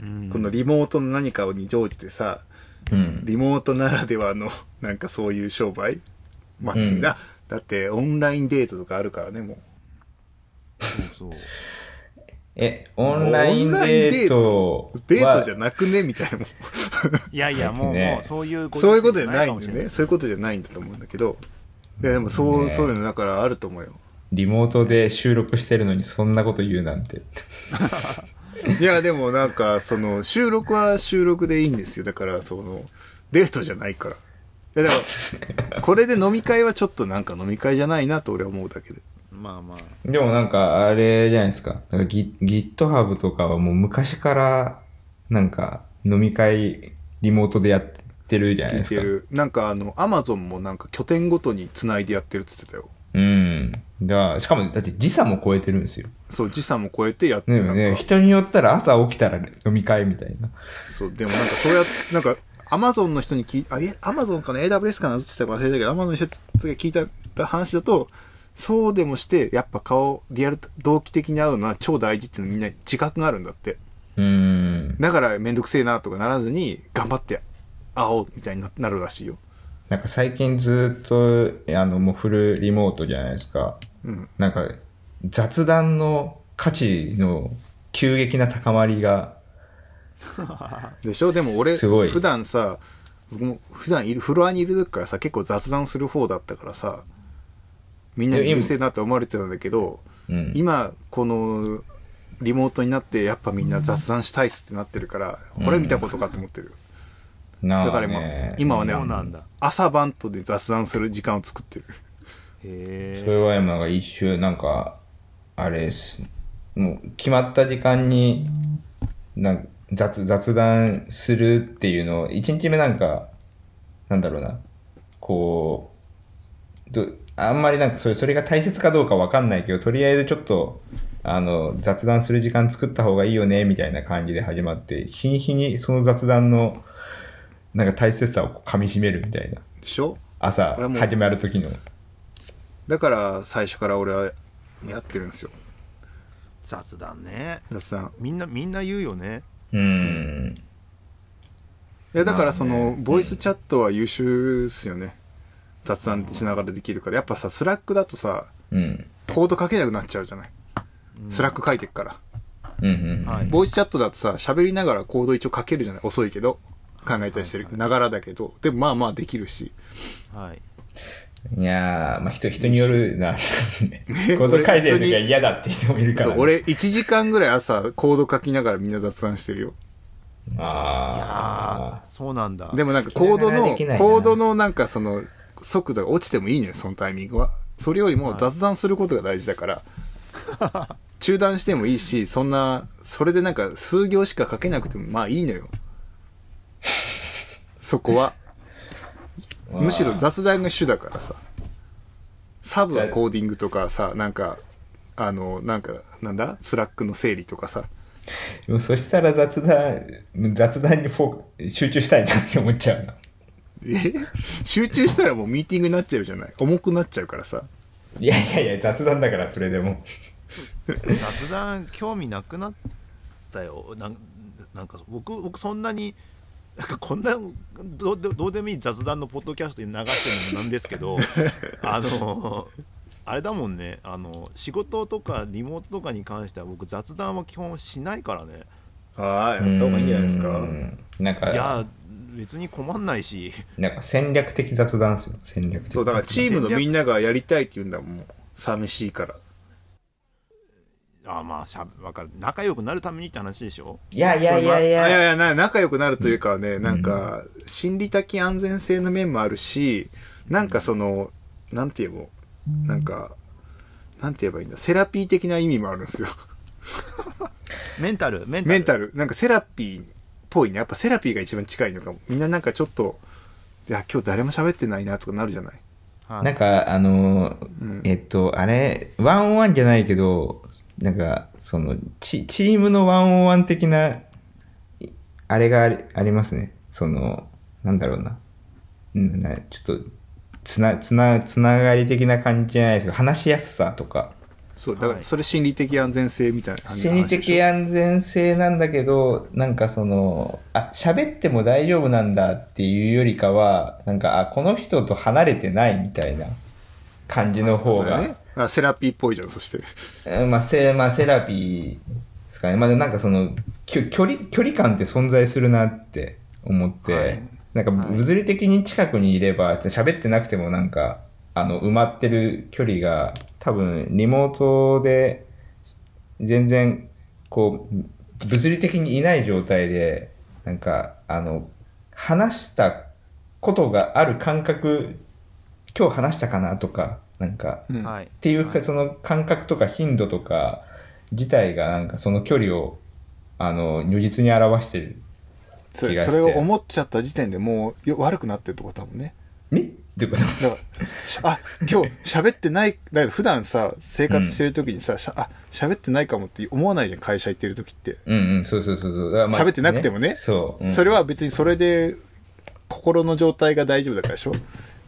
うん
このリモートの何かに乗じてさ、
うん。
リモートならではの、なんかそういう商売マッチングだ。だってオンラインデートとかあるからね、もう。
そうそう
え、オンラインデートは。
デートじゃなくねみたいな もん。
いやいやもう,、
ね
もうそういうご
そういうことじゃないん
時期か
だよ
もしれ
ね。そういうことじゃないんだと思うんだけど。いやでもそう,、
ねえ
そういうのだからあると思うよ
リモートで収録してるのにそんなこと言うなんて。
いやでもなんかその収録は収録でいいんですよだからそのデートじゃないからいやだからこれで飲み会はちょっとなんか飲み会じゃないなと俺は思うだけで
まあまあ
でもなんか、あれじゃないですか。なんかギ GitHub とかはもう昔から、なんか、飲み会、リモートでやってるじゃない
聞
で
い
す
て
か。
るなんかあのアマゾンもなんか拠点ごとにつないでやってるっつってたよ
うん。だからしかも、だって時差も超えてるんですよ。
そう時差も超えてやって
ね
なんか、
ね人によったら朝起きたら飲み会みたいな。
そうでもなんかそうやってなんかアマゾンの人に聞いあえアマゾンかな AWS かなどっちだか忘れたけどアマゾンの人が聞いた話だとそうでもしてやっぱ顔リアル同期的に会うのは超大事っていうのみんな自覚があるんだって
うん。
だからめんどくせえなとかならずに頑張って会おうみたいにななるらしいよ
なんか最近ずっと、あの、もうフルリモートじゃないですか。
うん
なんか、雑談の価値の急激な高まりが、
でしょでも俺
すごい
普段さ僕も普段いるフロアにいる時からさ結構雑談する方だったからさみんなにうるせえなと思われてたんだけど
うん。
今このリモートになってやっぱみんな雑談したいっすってなってるから、
うん
俺見たことかって思ってる、
なあ
だから今今はね
そうなんだ
朝晩とで雑談する時間を作ってる
へえ
それは今が一周なんかあれですもう決まった時間になん雑雑談するっていうのを1日目なんかなんだろうなこうどあんまりなんかそれそれが大切かどうかわかんないけどとりあえずちょっとあの雑談する時間作った方がいいよねみたいな感じで始まって日に日にその雑談のなんか大切さをこう噛みしめるみたいな
でしょ
朝
これはもう
始まる時の
だから最初から俺はやってるんですよ
雑談ね
雑談
みんなみんな言うよね
うん
いやだからそ
まあ
の、
ね
ボイスチャットは優秀っすよね雑談しながらできるからやっぱさスラックだとさ
うん
コード書けなくなっちゃうじゃない、スラック書いてっから
うんうん
はい
ボイスチャットだとさ、喋りながらコード一応書けるじゃない遅いけど。考えたりしてる。ながらだけど。でもまあまあできるし。
はい
いやー、まあ、人人によ るな。コード書いてる時は嫌だって人もいるから、
そう、俺1時間ぐらい朝コード書きながらみんな雑談してるよ。
あ
あ
あそうなんだ
でもなんかコード
なかなか
の、
できないな
コードのなんかその速度が落ちてもいいのよ、そのタイミングは。それよりも雑談することが大事だ から。中断してもいいし、そんな、それでなんか数行しか書けなくてもまあいいのよ。そこは。
ー
むしろ雑談が主だからさサブはコーディングとかさなんかあのなんかなんだスラックの整理とかさ
でもそしたら雑談、雑談にフォー集中したいなって思っちゃうな。
え集中したらもうミーティングになっちゃうじゃない重くなっちゃうからさ
いやいやいや、雑談だから、それでも。
雑談興味なくなったよなんなんか僕僕そんなになんかこんなどうでどうでもいい雑談のポッドキャストに流してるのもなんですけ どあのあれだもんねあの仕事とかリモートとかに関しては僕雑談は基本しないからね
ああ
う
やった方がいいんじゃないです
う
か
んなん
いや
か、
別に困んないし
なんか戦略的雑談ですよ、戦略的。
そうだからチームのみんながやりたいって言うんだもん寂しいから
あまあしゃわかる仲良くなるためにって話でしょ
いやいやいやい
そのあいやい
や。
やな仲良くなるというかね、なんか心理的安全性の面もあるしなんかそのなんて言えばなんかなんて言えばいいんだセラピー的な意味もあるんですよ
メンタルメンタル
メンタルなんかセラピーっぽいねやっぱセラピーが一番近いのかもみんななんかちょっといや今日誰も喋ってないなとかなるじゃない
はい
なんか、あのー、えっと、あれ、ワンオンワンじゃないけど、なんか、その、チチームのワンオンワン的な、いあれがありありますね。その、なんだろうな。うんなちょっと、つな、つな、つながり的な感じじゃないですけど、話しやすさとか。
そうだか
は
ら
い
それ心理的安全性みたいな感じの
心
話で
理
しょ
的安全性なんだけどなんかそのあ喋っても大丈夫なんだっていうよりかはなんかあこの人と離れてないみたいな感じの方が、
ねあセラピーっぽいじゃんそして
えーまあセまあ、セラピーですかね、まあ、なんかそのきょ距離距離感って存在するなって思って、
はい
なんか
はい
物理的に近くにいれば喋ってなくてもなんかあの埋まってる距離が多分リモートで全然こう物理的にいない状態でなんかあの話したことがある感覚今日話したかなとかなんか
うん
はい
っ、ていう
は
か
い
その感覚とか頻度とか自体がなんかその距離をあの如実に表してる
それ
気がして
それを思っちゃった時点でもうよ悪くなってるってことだもんね
えってこと
だからしあ今日喋ってないだけど普段さ生活してる時にさ、しゃあ喋ってないかもって思わないじゃん会社行ってる時って、
うんうんそうそうそうそうだからまあ
喋ってなくてもね
そう、うん
それは別にそれで心の状態が大丈夫だからでしょ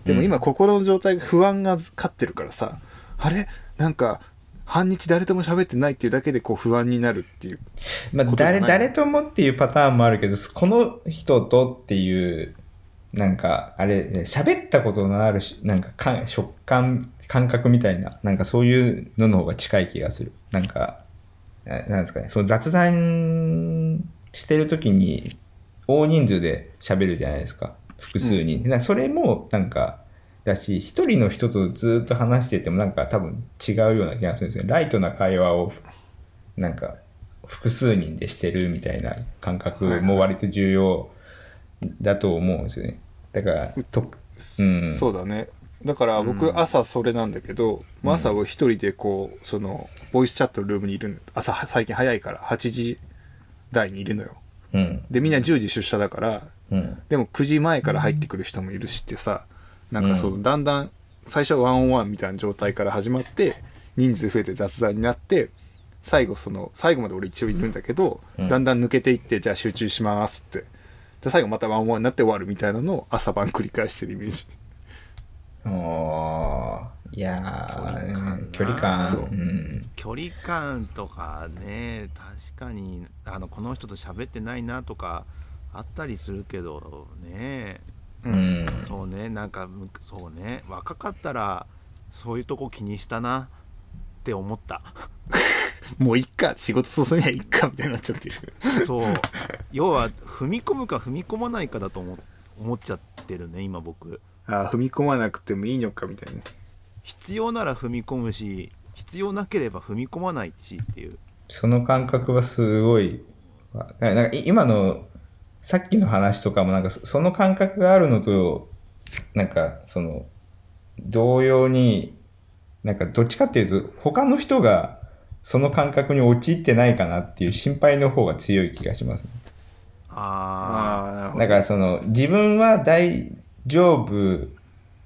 でも今心の状態が不安が勝ってるからさあれなんか半日誰とも喋ってないっていうだけでこう不安になるっていう
まあ、
ことじゃな
誰
い
誰ともっていうパターンもあるけどこの人とっていうなんかあれ喋ったことのあるしなんかか食感感覚みたいななんかそういうのの方が近い気がするなんかななんですかねその雑談してる時に大人数で喋るじゃないですか複数人、なんかそれもなんかだし一人の人とずっと話しててもなんか多分違うような気がするんですよねライトな会話をなんか複数人でしてるみたいな感覚も割と重要だと思うんですよね。だから、とうん、
そうだねだから僕朝それなんだけど、まあ朝を一人でこうそのボイスチャットのルームにいるん朝最近早いから8時台にいるのよ
うん、
でみんな10時出社だから
うん、
でも9時前から入ってくる人もいるしってさなんかそうのだんだん最初はワンオンワンみたいな状態から始まって人数増えて雑談になって最後その最後まで俺一応いるんだけど、
うん
だんだん抜けていってじゃあ集中しますってで最後またワンオンワンになって終わるみたいなのを朝晩繰り返してるイメージ
あーいやー
距
距
離
離
感
感
そう
うん、
距離感とかね確かにあのこの人と喋ってないなとかあったりするけどね
うん、
そうねなんかむそうね若かったらそういうとこ気にしたなって思った
もういっか仕事進みゃいっかみたいになっちゃってる
そう要は踏み込むか踏み込まないかだと思思っちゃってるね今僕
ああ踏み込まなくてもいいのかみたいな
必要なら踏み込むし必要なければ踏み込まないしっていう
その感覚はすごいわななんかい今のさっきの話とかもなんかそその感覚があるのとなんかその同様になんかどっちかっていうと他の人がその感覚に陥ってないかなっていう心配の方が強い気がしますね
あ
あなるほど
だからその自分は大丈夫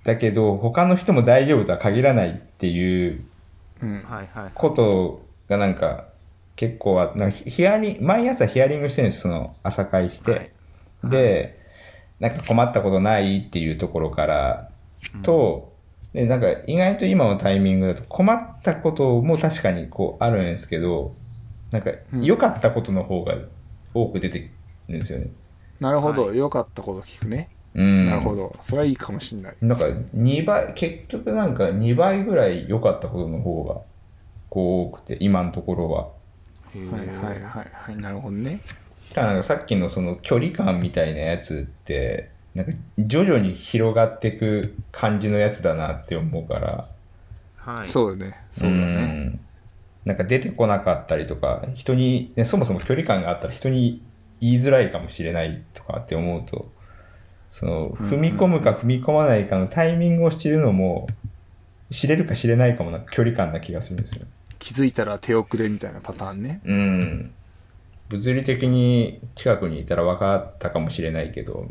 だけど他の人も大丈夫とは限らないっていう
うん
あはいはい
ことがなんか結構あなんかヒヒアリン毎朝ヒアリングしてるんですその朝会して、
はい
でなんか困ったことないっていうところからと、でなんか意外と今のタイミングだと困ったことも確かにこうあるんですけどなんか
うん
良かったことの方が多く出てるんですよね。
なるほど、
は
良かったこと聞くね、
うん、
なるほどそれはいいかもしんない
なんか2倍結局なんか2倍ぐらい良かったことの方がこう多くて今のところは。
へー
はいはいはいはいなるほどね
ただなんかさっきのその距離感みたいなやつってなんか徐々に広がっていく感じのやつだなって思うから
はい
そうよねそうだね
んなんか出てこなかったりとか人に、ね、そもそも距離感があったら人に言いづらいかもしれないとかって思うとその踏み込むか踏み込まないかのタイミングを知るのも知れるか知れないかもなんか距離感な気がするんですよ。
気づいたら手遅れみたいなパターンね
うん物理的に近くにいたら分かったかもしれないけど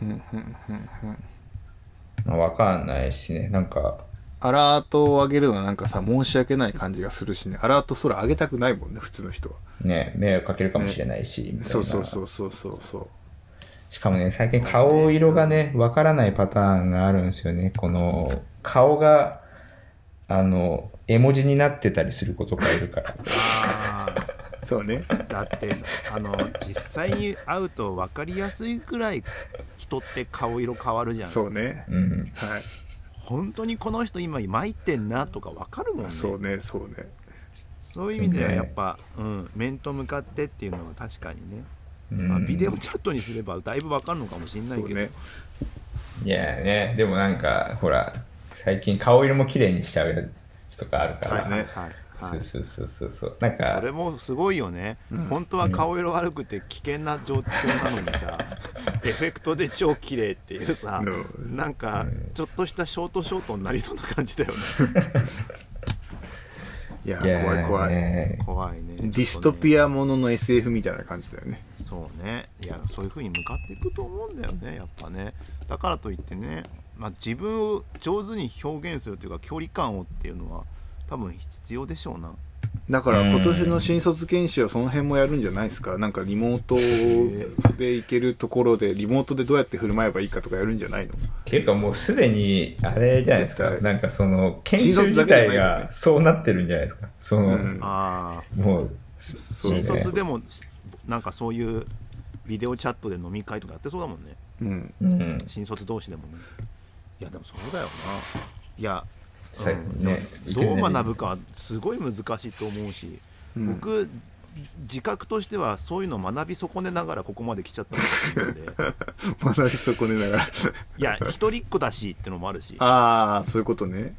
うんうんうんうん
まあ、わかんないしね、なんか、
アラートを上げるのはなんかさ申し訳ない感じがするしねアラートそれ上げたくないもんね普通の人は
ね、迷惑かけるかもしれないし、みたいな
そうそうそうそうそうそう
しかもね、最近顔色がね、わからないパターンがあるんですよね。この、顔が、あの、絵文字になってたりする子とかい るから。
あー
そうね
だってあの実際に会うと分かりやすいくらい人って顔色変わるじゃん
そうね
うん。
はい
本当にこの人今参ってんなとか分かるもんね
そうねそうね
そういう意味では
ね
やっぱ、うん、面と向かってっていうのは確かにね、
うん
まあ、ビデオチャットにすればだいぶ分かるのかもしれな
そ
いうけど、
ね
いやね、でもなんか、ほら、最近顔色も綺麗にしちゃうやつとかあるか
そう
ら。
ね
はいは
そう
い
そうそうそうそう。なん
それ
か、
もすごいよね、本当は顔色悪くて危険な状況なのに さ、エフェクトで超綺麗っていうさ、
う
なんかちょっとしたショートショートになりそうな感じだよね、
いや
いやー
怖い怖い、
ね
怖いね。
ディスト
ア、
ピアものの SF みたいな感じだよね
そうね、いや、そういう風に向かっていくと思うんだよね、やっぱね。だからといってね、まあ、自分を上手に表現するというか、距離感をっていうのは、多分必要でしょうな。
だから今年の新卒研修はその辺もやるんじゃないですかなんかリモートで行けるところでリモートでどうやって振る舞えばいいかとかやるんじゃないの
っていうかもうすでに、あれじゃないですか。
絶対
なんかその、研
新
修
卒だ
自
けじゃない
体
よね
がそうなってるんじゃないですか。その、
うん
ああ、
もう、そう
ね
新卒
で。
でも、なんかそういうビデオチャットで飲み会とかやってそうだもんね。
うん
うん。
新卒同士でもねいやでもそうだよないや、
最後
うん
にね、
どう学ぶ
か。
かはすごい難しいと思うし、
うん
僕自覚としてはそういうのを学び損ねながらここまで来ちゃったので
学び損ねながら
いや一人っ子だしってのもあるし
ああそういうことね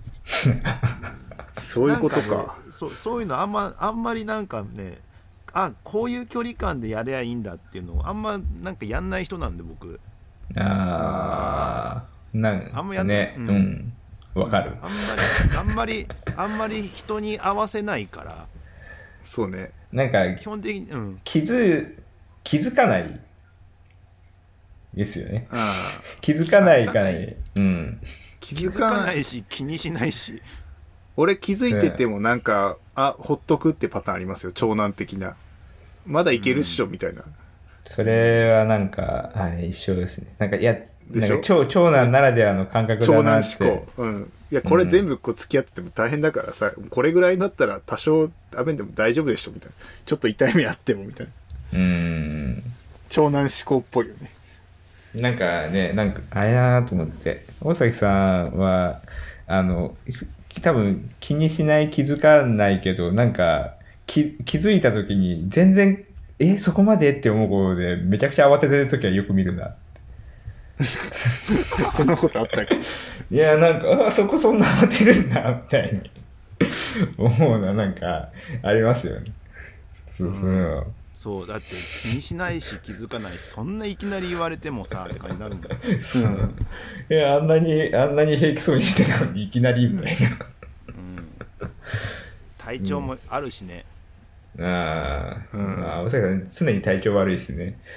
そういうこと
なん
か
ねそうそういうのあんまあんまりなんかねあこういう距離感でやりゃいいんだっていうのをあんまなんかやんない人なんで僕
ああ、なん
あんまやん
ね、
う
うんん。わ、かる。
あんまり あんまりあんまり人に合わせないから
そうね
なんか
基、本的にうん
気づ、気づかないですよね。
ああ
気づかないからに、うん。
気
気
づ
づか
か
な
ない
いし気にしないし
俺気づいててもなんか、あほっとくってパターンありますよ長男的なまだいけるっしょ、みたいな
それはなんか、あれ一緒ですね。なんか、いや、
で
な
しょ
んか長長男ならではの感覚
長
だな
男
っ
志
て。
向うんいやこれ全部こう付き合ってても大変だからさ、これぐらいになったら多少雨でも大丈夫でしょみたいなちょっと痛い目あってもみたいな
うん。
長男志向っぽいよね
なんかね、なんか、あれだなと思って。大崎さんは、あの、ふ多分気にしない、気づかないけど、なんか、気気づいた時に全然、え、そこまでって思うことで、めちゃくちゃ慌ててる時はよく見るな。
そんなことあったっけ
いや、なんか、あそこそんな慌てるんだ、みたいに 思うな、なんか、ありますよね。そうそう。
そうだって気にしないし気づかないしそんないきなり言われてもさって感じになるんだよ
そういや、あんなに、あんなに平気そうにしてたのに、いきなり、みたい
体調もあるしね、
な。ああ、
うん
まあ、おさかさん、常に体調悪いですね。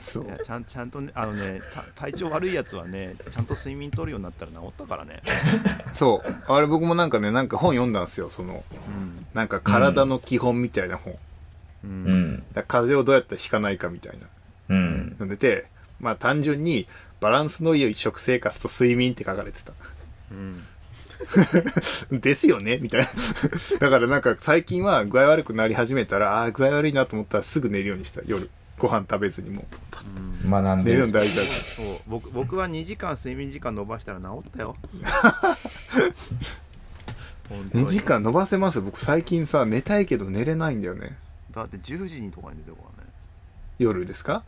そう
いやちゃんちゃんとねあのねた体調悪いやつはねちゃんと睡眠取るようになったら治ったからね、
そうあれ僕もなんかねなんか本読んだんですよその
うん
なんか体の基本みたいな本、
う
うん
だ
ん。
から風邪をどうやってひかないかみたいな
うん。
のでてまあ単純にバランスの良い食生活と睡眠って書かれてた
うん
ですよねみたいな。 だからなんか最近は具合悪くなり始めたら、ああー、具合悪いなと思ったらすぐ寝るようにした。夜。ご飯食べずにも
学ん
う。寝
で
るの
る。
大事だ。
そう僕僕は2時間睡眠時間伸ばしたら治ったよ本当に
2時間伸ばせます僕最近さ、寝たいけど寝れないんだよね。
だって10時にとかに出てこないね
夜ですか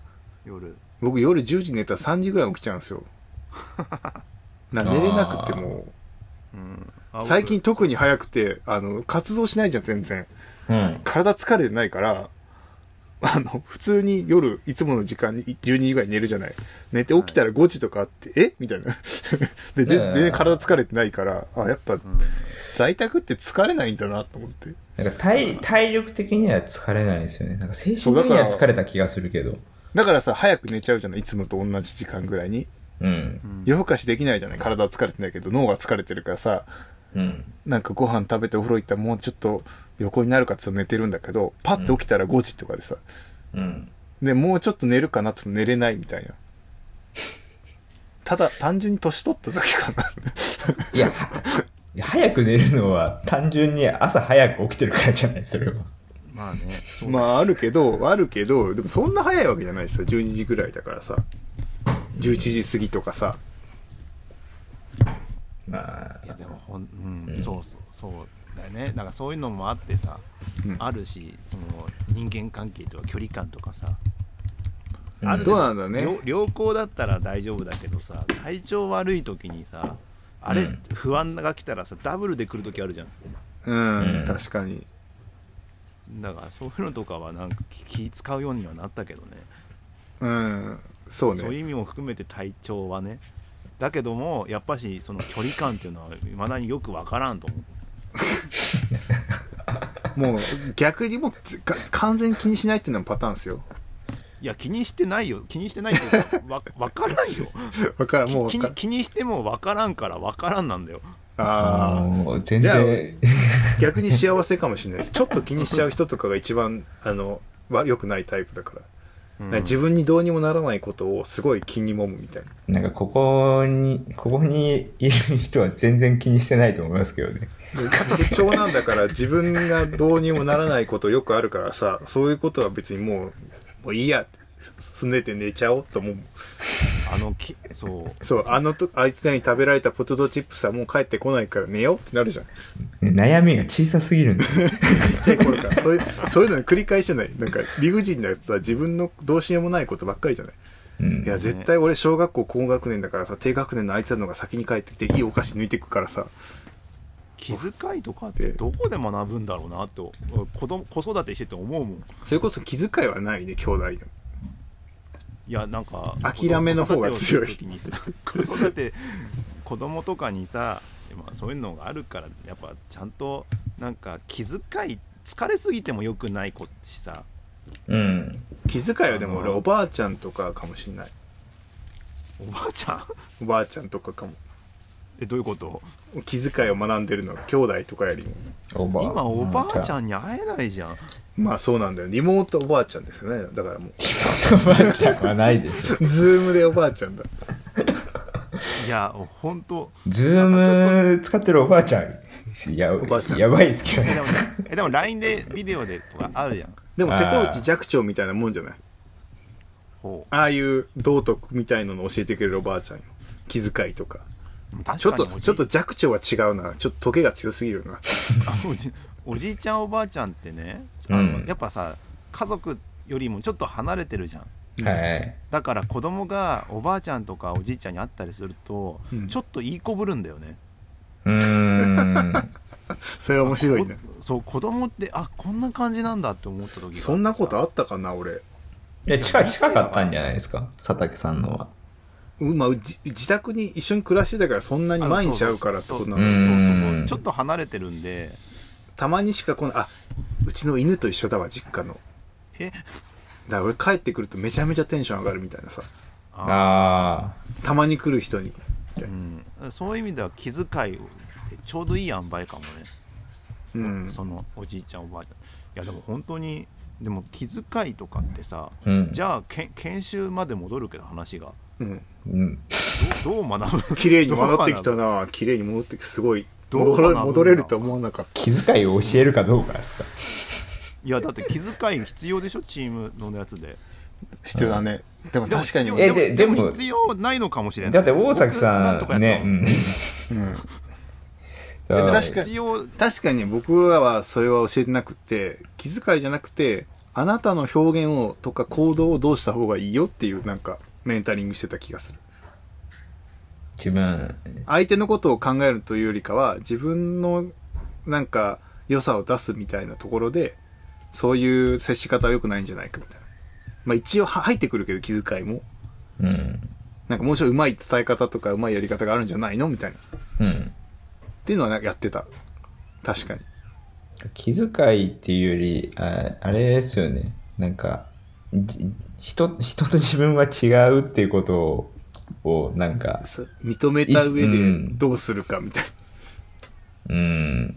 夜
僕夜10時に寝たら3時ぐらいに起きちゃうんですよ。な寝れなくても、
うんあ僕
最近特に早くて、あの、活動しないじゃん、全然。
うん。
体疲れてないから、あの、普通に夜、いつもの時間に12時ぐらいに寝るじゃない。寝て起きたら5時とかあって、えみたいな。 で、ぜ
ね
全
え
然体疲れてないから、あ、やっぱ、在宅って疲れないんだなと思って。
なんか体、体力的には疲れないですよね。なんか精神的には疲れた気がするけど。
だからさ、早く寝ちゃうじゃないいつもと同じ時間ぐらいに。
うん。
夜更かしできないじゃない体は疲れてないけど、脳が疲れてるからさ、
うん。
なんかご飯食べてお風呂行ったらもうちょっと横になるかっつって寝てるんだけど、パッと起きたら5時とかでさ、
うん。
でもうちょっと寝るかなっても寝れないみたいなただ単純に年取っただけかない
や、はいや早く寝るのは単純に朝早く起きてるからじゃない、それは。
まあねそう
まああるけどあるけどでもそんな早いわけじゃないしさ12時ぐらいだからさ11時過ぎとかさ
まあ
い、やでもほん、うんそうそうそうだよねなんかそういうのもあってさ、
うん
あるしその人間関係とか距離感とかさ、
うん
ある
どうなんだね
良良好だったら大丈夫だけどさ体調悪い時にさあれ、
うん
不安が来たらさダブルで来る時あるじゃん
うん、
うん
確かに。
だからそういうのとかはなんか気気使うようにはなったけどね
うん、そう
そういう
ね。
意味も含めて体調はねだけどもやっぱしその距離感っていうのはいまだによくわからんと思う
もう逆にもうつか完全に気にしないっていうのもパターンですよ。
いや気にしてないよ気にしてないっていうかわ わからんよ
わからん、もうわ
気
か
に気にしてもわからんからわからんなんだよ
ああ。
もう全
じゃあ
然、
逆に幸せかもしれないですちょっと気にしちゃう人とかが一番あのわ良くないタイプだから,、
うん
自分にどうにもならないことをすごい気にもむみたいな
なんかここに、ここにいる人は全然気にしてないと思いますけどね。
で不調なんだから自分がどうにもならないことよくあるからさそういうことは別にもうもういいやすねて寝ちゃおうと思う
あのきそう
そうあのとあいつらに食べられたポテトチップスはもう帰ってこないから寝ようってなるじゃんち
ね悩みが小さすぎるんですよ
っちゃい頃からそういうそういうのの繰り返しじゃないなんか理不尽なやつは自分のどうしようもないことばっかりじゃない
うん
いや、絶対俺小学校高学年だからさ、低学年のあいつらの方が先に帰ってきて、いいお菓子抜いてくからさ。
気遣いとかってどこで学ぶんだろうなと子供子育てしてて思うもん
それこそ気遣いはないね、兄弟の。
いやなんか
諦めの方が強い
子供とか子育て子供とかにさ、まあ、そういうのがあるからやっぱちゃんとなんか気遣い疲れすぎてもよくない子しさ
うん。
気遣いはで
あ
も俺
のー
おばあちゃんとかかもしんない。
おばあちゃん
おばあちゃんとかかも。
えどういうこと
気遣いを学んでるのは兄弟とかよりも。
おば
今おばあち
ん。
ゃんに会えないじゃん
まあそうなんだよ。リモートおばあちゃんですよね。だか らも
おばあちゃんはないでしょ。
う、ズームでおばあちゃんだ。
いや本当
ズーム使ってるおばあちゃん、や
ばあちゃん
やばいですけど
え
ね
で。もえでも LINE でビデオでとかあるやん
でも瀬戸
あー
内寂聴みたいなもんじゃない
ほ
ああいう道徳みたいのの教えてくれるおばあちゃんよ。気遣いとか。
う確
ちょっ
か
と、
におじい
ちょっと寂聴は違うな。ちょっと時計が強すぎる な。
あおじ おじいちゃんおばあちゃんってね、
うん
あのやっぱさ家族よりもちょっと離れてるじゃん
はい。
だから子供がおばあちゃんとかおじいちゃんに会ったりすると、
うん
ちょっといい子ぶるんだよね
うーん。
それは面白いね。
おそう子供ってあこんな感じなんだって思った時が
そんなことあ
あ
ったかな俺
いや近近かったんじゃないですか佐竹さんのは
うんまあうじ自宅に一緒に暮らしてたからそんなに毎日会うからってことな
そう
の
うん
で
そうそうちょっと離れてるんで
たまにしか来ないあうちの犬と一緒だわ実家の
え
だから俺帰ってくるとめちゃめちゃテンション上がるみたいなさ
あ
あ
たまに来る人に
うん、そういう意味では気遣いってちょうどいい塩梅かもね、
うん
そのおじいちゃんおばあちゃんいやでも本当にでも気遣いとかってさ
あうん
じゃあけ研修まで戻るけど話が
うん
うん
どうどう学ぶ
綺麗に戻ってきたな綺麗に戻ってきてすごい
どう
戻
かな
れ戻れるとは思わなかった
気遣いを教えるかどうかですか
いやだって気遣い必要でしょチームのやつで
必要だねでも確かに
でも
え
必要で
で
でも
でも
必要ないのかもしれない
だって大崎さ
僕なんとかや
ん
ったの
ねうん
うん
だから
確かに
必要
確かに僕らはそれは教えてなくて気遣いじゃなくてあなたの表現をとか行動をどうした方がいいよっていうなんかメンタリングしてた気がする
自分
相手のことを考えるというよりかは自分のなんか良さを出すみたいなところでそういう接し方は良くないんじゃないかみたいなまあ一応は入ってくるけど気遣いも
うん
なんかもうちょいうまい伝え方とかうまいやり方があるんじゃないのみたいなっ
うん
ていうのはなんかやってた確かに
気遣いっていうよりああれですよねなんかじ人人と自分は違うっていうことををなんか
そう認めた上
いっう
で
ん
どうするかみたいな
うん
だ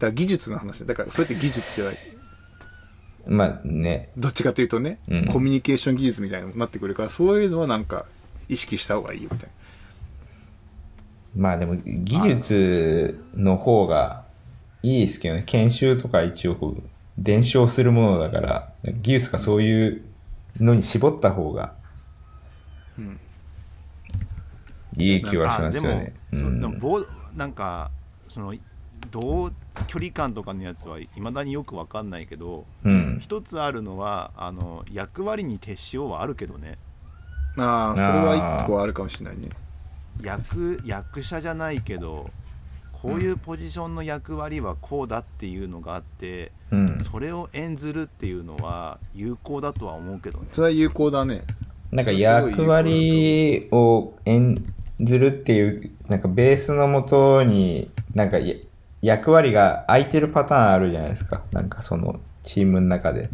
から技術の話だからそれって技術じゃない
まあね
どっちかというとね、
うん
コミュニケーション技術みたいなのになってくるからそういうのはなんか意識した方がいいよみたい
まあでも技術の方がいいですけどね研修とか一応こう伝承するものだから技術がそういうのに絞った方が
うん
いい気はし
あ
ます
で
よ
も
ね。う
そうでも
ん
ぼなんかそのどう距離感とかのやつはいまだによくわかんないけど
うん
一つあるのはあの役割に徹しようはあるけどね
なああそれは一個あるかもしれないね
役役者じゃないけどこういうポジションの役割はこうだっていうのがあって、
うん。
それを演ずるっていうのは有効だとは思うけどね
それは有効だね。
なんか役割を演ずるっていう、なんかベースのもとに、なんかや役割が空いてるパターンあるじゃないですか。なんかそのチームの中で。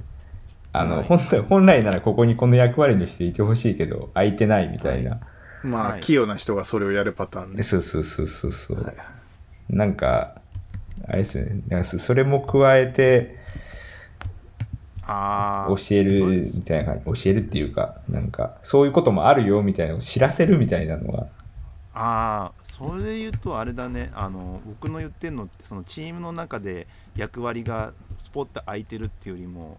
あの、
はい
本来本来ならここにこの役割の人いてほしいけど、空いてないみたいな。
まあ、
はい
器用な人がそれをやるパターンね。
そうそうそうそうそう。
はい
なんか、あれですよね。なんかそそれも加えて
あ
教えるみたいな感じ。教えるっていうか、なんか、そういうこともあるよみたいなのを知らせるみたいなのが。
ああそれで言うとあれだねあの僕の言ってるのってそのチームの中で役割がスポッと空いてるっていうよりも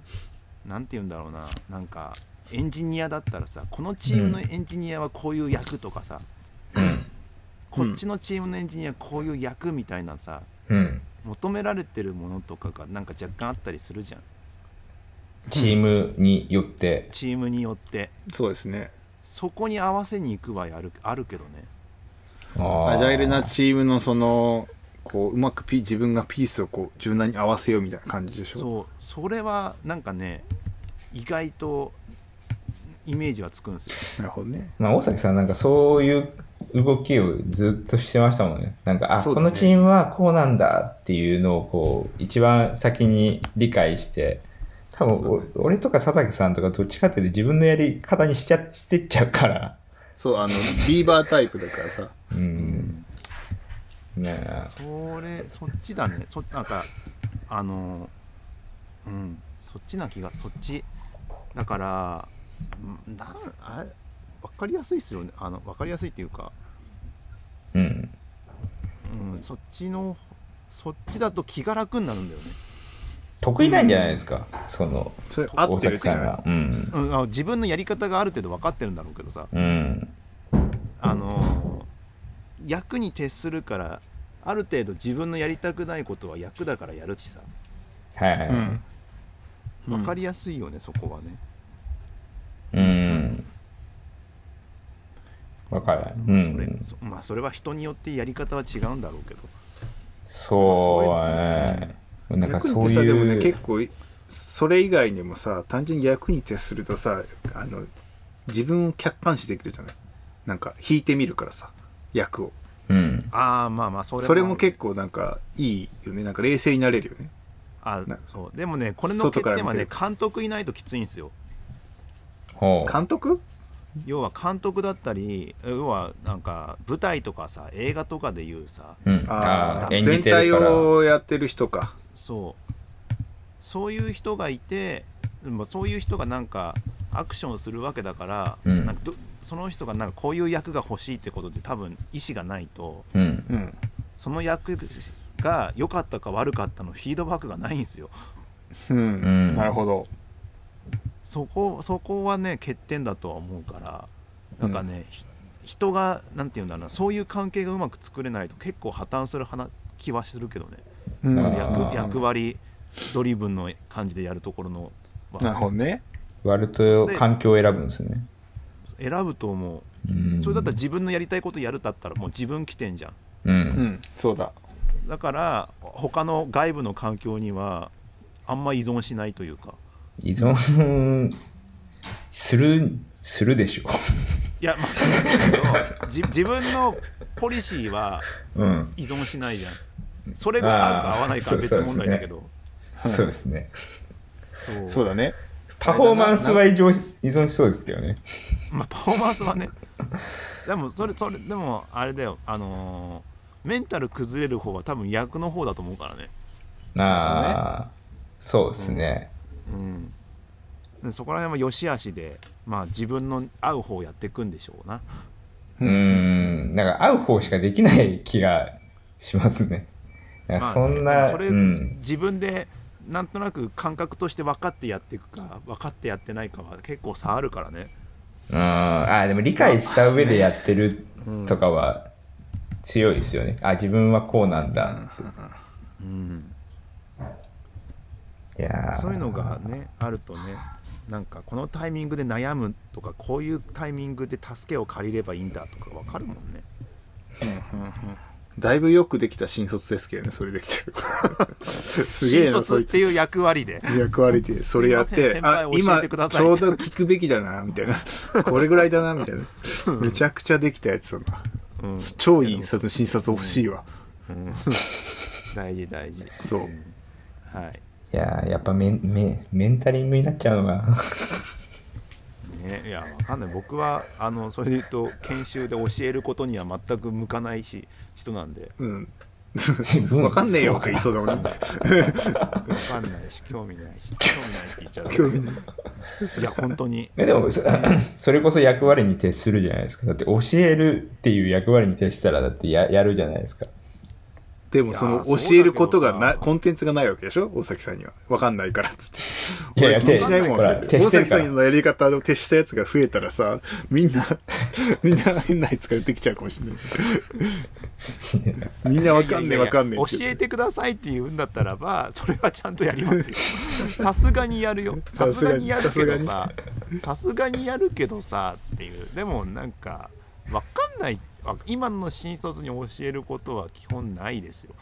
なんて言うんだろうななんかエンジニアだったらさこのチームのエンジニアはこういう役とかさ、こっちのチームのエンジニアはこういう役みたいなさ
うん。
求められてるものとかがなんか若干あったりするじゃん
チームによって。
チームによって
そうですね。
そこに合わせに行くはあるあるけどね
あ
アジャイルな
ー
チームのその、こう、うまくピ自分がピースをこう、柔軟に合わせようみたいな感じでしょ。
そうそれはなんかね意外とイメージはつくんですよ
なるほどね。
まあ、大崎さんなんかそういう動きをずっとしてましたもんね。なんか、あ、
そう
こ
だね
のチームはこうなんだっていうのをこう、一番先に理解して、多分
そう
お、俺とか佐竹さんとかどっちかっていうと自分のやり方にしちゃ、してっちゃうから。
そう、あの、ビーバータイプだからさ。
うん。ねえ。
それそっちだねそなんかあのうんそっちな気がそっちだからうんなんあれ分かりやすいですよねあの分かりやすいっていうか、
うん。
うん、そっちのそっちだと気が楽になるんだよね、
得意なんじゃないですか、その、
それ合
大
ってる
崎
じゃ
さん
な
が。うん。
うん、あの自分のやり方がある程度分かってるんだろうけどさ
うん。
あのー役に徹するからある程度自分のやりたくないことは役だからやるしさ
はいは
い。
いは
う
い。
ん。
分かりやすいよね、そこはね、
うん。わかる。う
それ
ん。
そまあ、それは人によってやり方は違うんだろうけど
そうはね。なんか
役
そ
に
う
徹さでも
い
ね
う。
結構それ以外にもさ単純に役に徹するとさあの自分を客観視できるじゃないなんか引いてみるからさ役を
うん。
ああまあまあそれ
それも結構なんかいいよねなんか冷静になれるよね
あ
な
そうでもねこれの欠
外から
点
見
は
て
ね
る
監督いないときついんですよ
ほう。
監督
要は監督だったり要はなんか舞台とかさ映画とかで言うさ
うん。
あ
あ
あ
あ、演
全
じて
体
るから。
をやってる人か
そうそういう人がいてまあそういう人がなんかアクションをするわけだから、
うん
なんかどその人がなんかこういう役が欲しいってことで多分意思がないと
うん。
うん
その役が良かったか悪かったのフィードバックがないんですよ
うん、
ん
なるほど
そこそこはね欠点だとは思うからなんかね、ひ人がなんて言うんだろうなそういう関係がうまく作れないと結構破綻する話気はするけどね
うん
あー
役役割ドリブンの感じでやるところのは
なるほどね
割と環境を選ぶんですね。
選ぶと思う
うん。
それだったら自分のやりたいことやるだったらもう自分起点じゃん
う
う。
んんそうだ
だから他の外部の環境にはあんま依存しないというか
依存する、するでしょ。
いやまあそうだけどじ自分のポリシーは
うん。
依存しないじゃんそれが合うか合わないかは別問題だけど
そうですね。
そう
そうだね
パフォーマンスは依存し依存しそうですけどね。
まあ、パフォーマンスはねでもそれそれでもあれだよあのーメンタル崩れる方は多分役の方だと思うからね
ああ、そうですね。
うんでそこら辺は良し悪しでまあ自分の合う方をやっていくんでしょうな
うーん、なんか会う方しかできない気がしますね。なん
ま
か
あ
そんな、
それ、
うん、
自分でなんとなく感覚として分かってやっていくか分かってやってないかは結構差あるからね
うんあーでも理解した上でやってるとかは強いですよね。あ自分はこうなんだ。
うん
いやー
そういうのがねあるとねなんかこのタイミングで悩むとかこういうタイミングで助けを借りればいいんだとか分かるもんね
だいぶよくできた新卒ですけどね、それで きてる。す
新
げえな、そ
卒っ
い
て
つ。
いう役割で
役割で、それやっ
す
て
い、ませ
あ
ん、先輩教え
今、
て
ち
ください
ょうど聞くべきだな、みたいな。これぐらいだな、みたい な。めちゃくちゃできたやつだな。
うん
超いい、その新卒欲しいわ。
大事大事
そう。
はい
いやーやっぱメンメメンタリングになっちゃうの が
ね、いやわかんない僕はあのそれで言うと研修で教えることには全く向かないし人なんで
うん。
分
わかんねえよ、とか
そう
言いそうだも
わ
んね。
かんないし興味ないし興味ないって言っちゃう 興味ないいや本当に
えでもそ それこそ役割に徹するじゃないですかだって教えるっていう役割に徹したらだってややるじゃないですか
でも、その、
いやー
教えることが
そうだ
な、
けどさ
コンテンツがないわけでしょ大崎さんには。わかんないから、つって。
いやいや
俺気にしないもん。
ほら
大
徹してる
崎
か
さ
ら
んのやり方を徹したやつが増えたらさ、みんな、みんな変なやつが出てきちゃうかもしれない。みんなわかん
いや
ねえ
いや
わかんねえって
教えてくださいって言うんだったらばそれはちゃんとやりますよさすがにやるよさすがにやるけどささすがにやるけどさっていうでもなんかわかんないわ今の新卒に教えることは基本ないですよ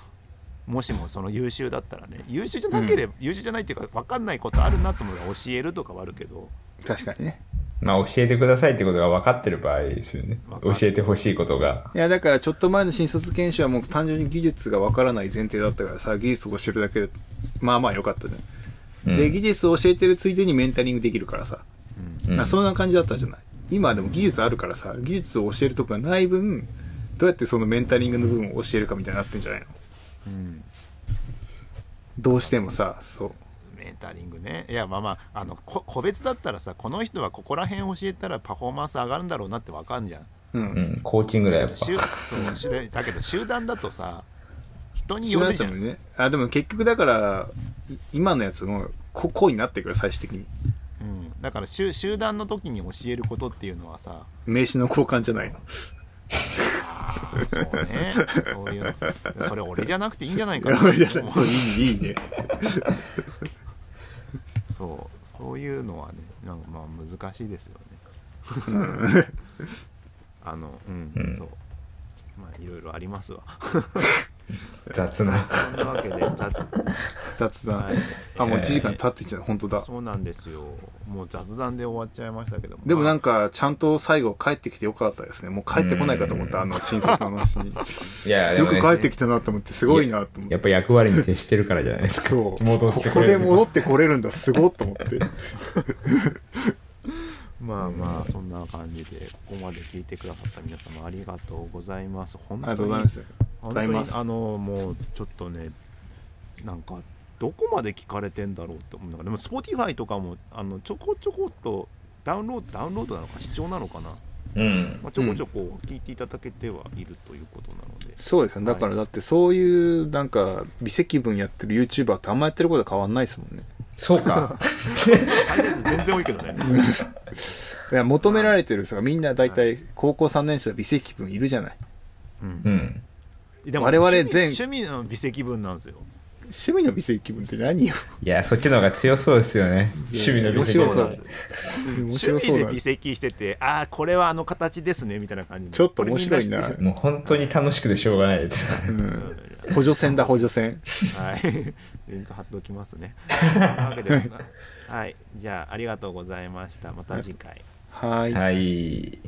もしもその優秀だったらね優秀じゃなければ、優秀じゃないっていうかわかんないことあるなと思うから教えるとかはあるけど
確かにね。
まあ教えてくださいってことが分かってる場合ですよね
分か
教
ってる
えてほしいことが
いや、だからちょっと前の新卒研修はもう単純に技術がわからない前提だったからさ、技術を教えるだけで、まあまあ良かったじゃん。
うん
で、技術を教えてるついでにメンタリングできるからさ。
うん
なそんな感じだったじゃない。今はでも技術あるからさ、技術を教えるとこがない分、どうやってそのメンタリングの部分を教えるかみたいになってんじゃないの
うん
どうしてもさ、そう。
メンタリングねいやまあまああのこ個別だったらさこの人はここら辺教えたらパフォーマンス上がるんだろうなってわかんじゃん
うん
う。んコーチングだよやっぱ
集そう集団だけど集団だとさ人に
一緒
よ
だ
る
っ
じ
た
ゃ
の
ん、
にね。あ、でも結局だから、い今のやつも、こ、こうになってくる、最終的に。
うん、だから集集団の時に教えることっていうのはさ
名刺の交換じゃないの。
そうねそういうのそれ俺じゃなくていいんじゃないかな
やばいじゃ ない。そう、いい、いいね。
そうそういうのはねなんかまあ難しいですよね あのうん、
うん
そうまあいろいろありますわ
雑な
そんなわけで雑
雑談。
はい
あ、もう1時間経ってきちゃう。本当だ。
そうなんですよもう雑談で終わっちゃいましたけども
でもなんんか、ちゃんと最後帰ってきてよかったですね。もう帰ってこないかと思った、あの、新卒の話に。
いやで
よ
も、
く
ね、
帰ってきたなと思って、すごいなと思って
や。っぱ役割に徹してるからじゃないですか
そう。
戻って
こ
く
こ
れる
で戻ってこれるんだ、すごっと思って。
まあまあそんな感じでここまで聞いてくださった皆様ありがとうございます本
ありがと
当
う
に
ございます。
本
ざ
当
い
に
ます
あのもうちょっとねなんかどこまで聞かれてんだろうって思うのがでも Spotify とかもあのちょこちょこっとダウンロードダウンロードなのか視聴なのかな、
うん
まあ、ちょこちょこ聞いていただけてはいるということなので、
そうですね。だから、だってそういう、なんか、微積分やってる YouTuber ってあんまやってることは変わんないですもんね。
そうか
再生数全然多いけど ね
いや求められてるさ、みんな大体高校3年生は微積分いるじゃない。
うん
うん
でも
我々
趣味
全
趣味の微積分なんですよ
趣味の微積分って何よ
いやそっちの方が強そうですよね趣味の美
面白そう
なん
分
です
面
趣
白
味
そう
で
だ
微。積しててああこれはあの形ですねみたいな感じ
ちょっと面白いな
これ見出して
もう本当に楽しくてしょうがないです
うん補助線だ、補助線。
はい、リンク貼っておきますね。そんなわけで はい、じゃあありがとうございました。また次回。
はーい。
はい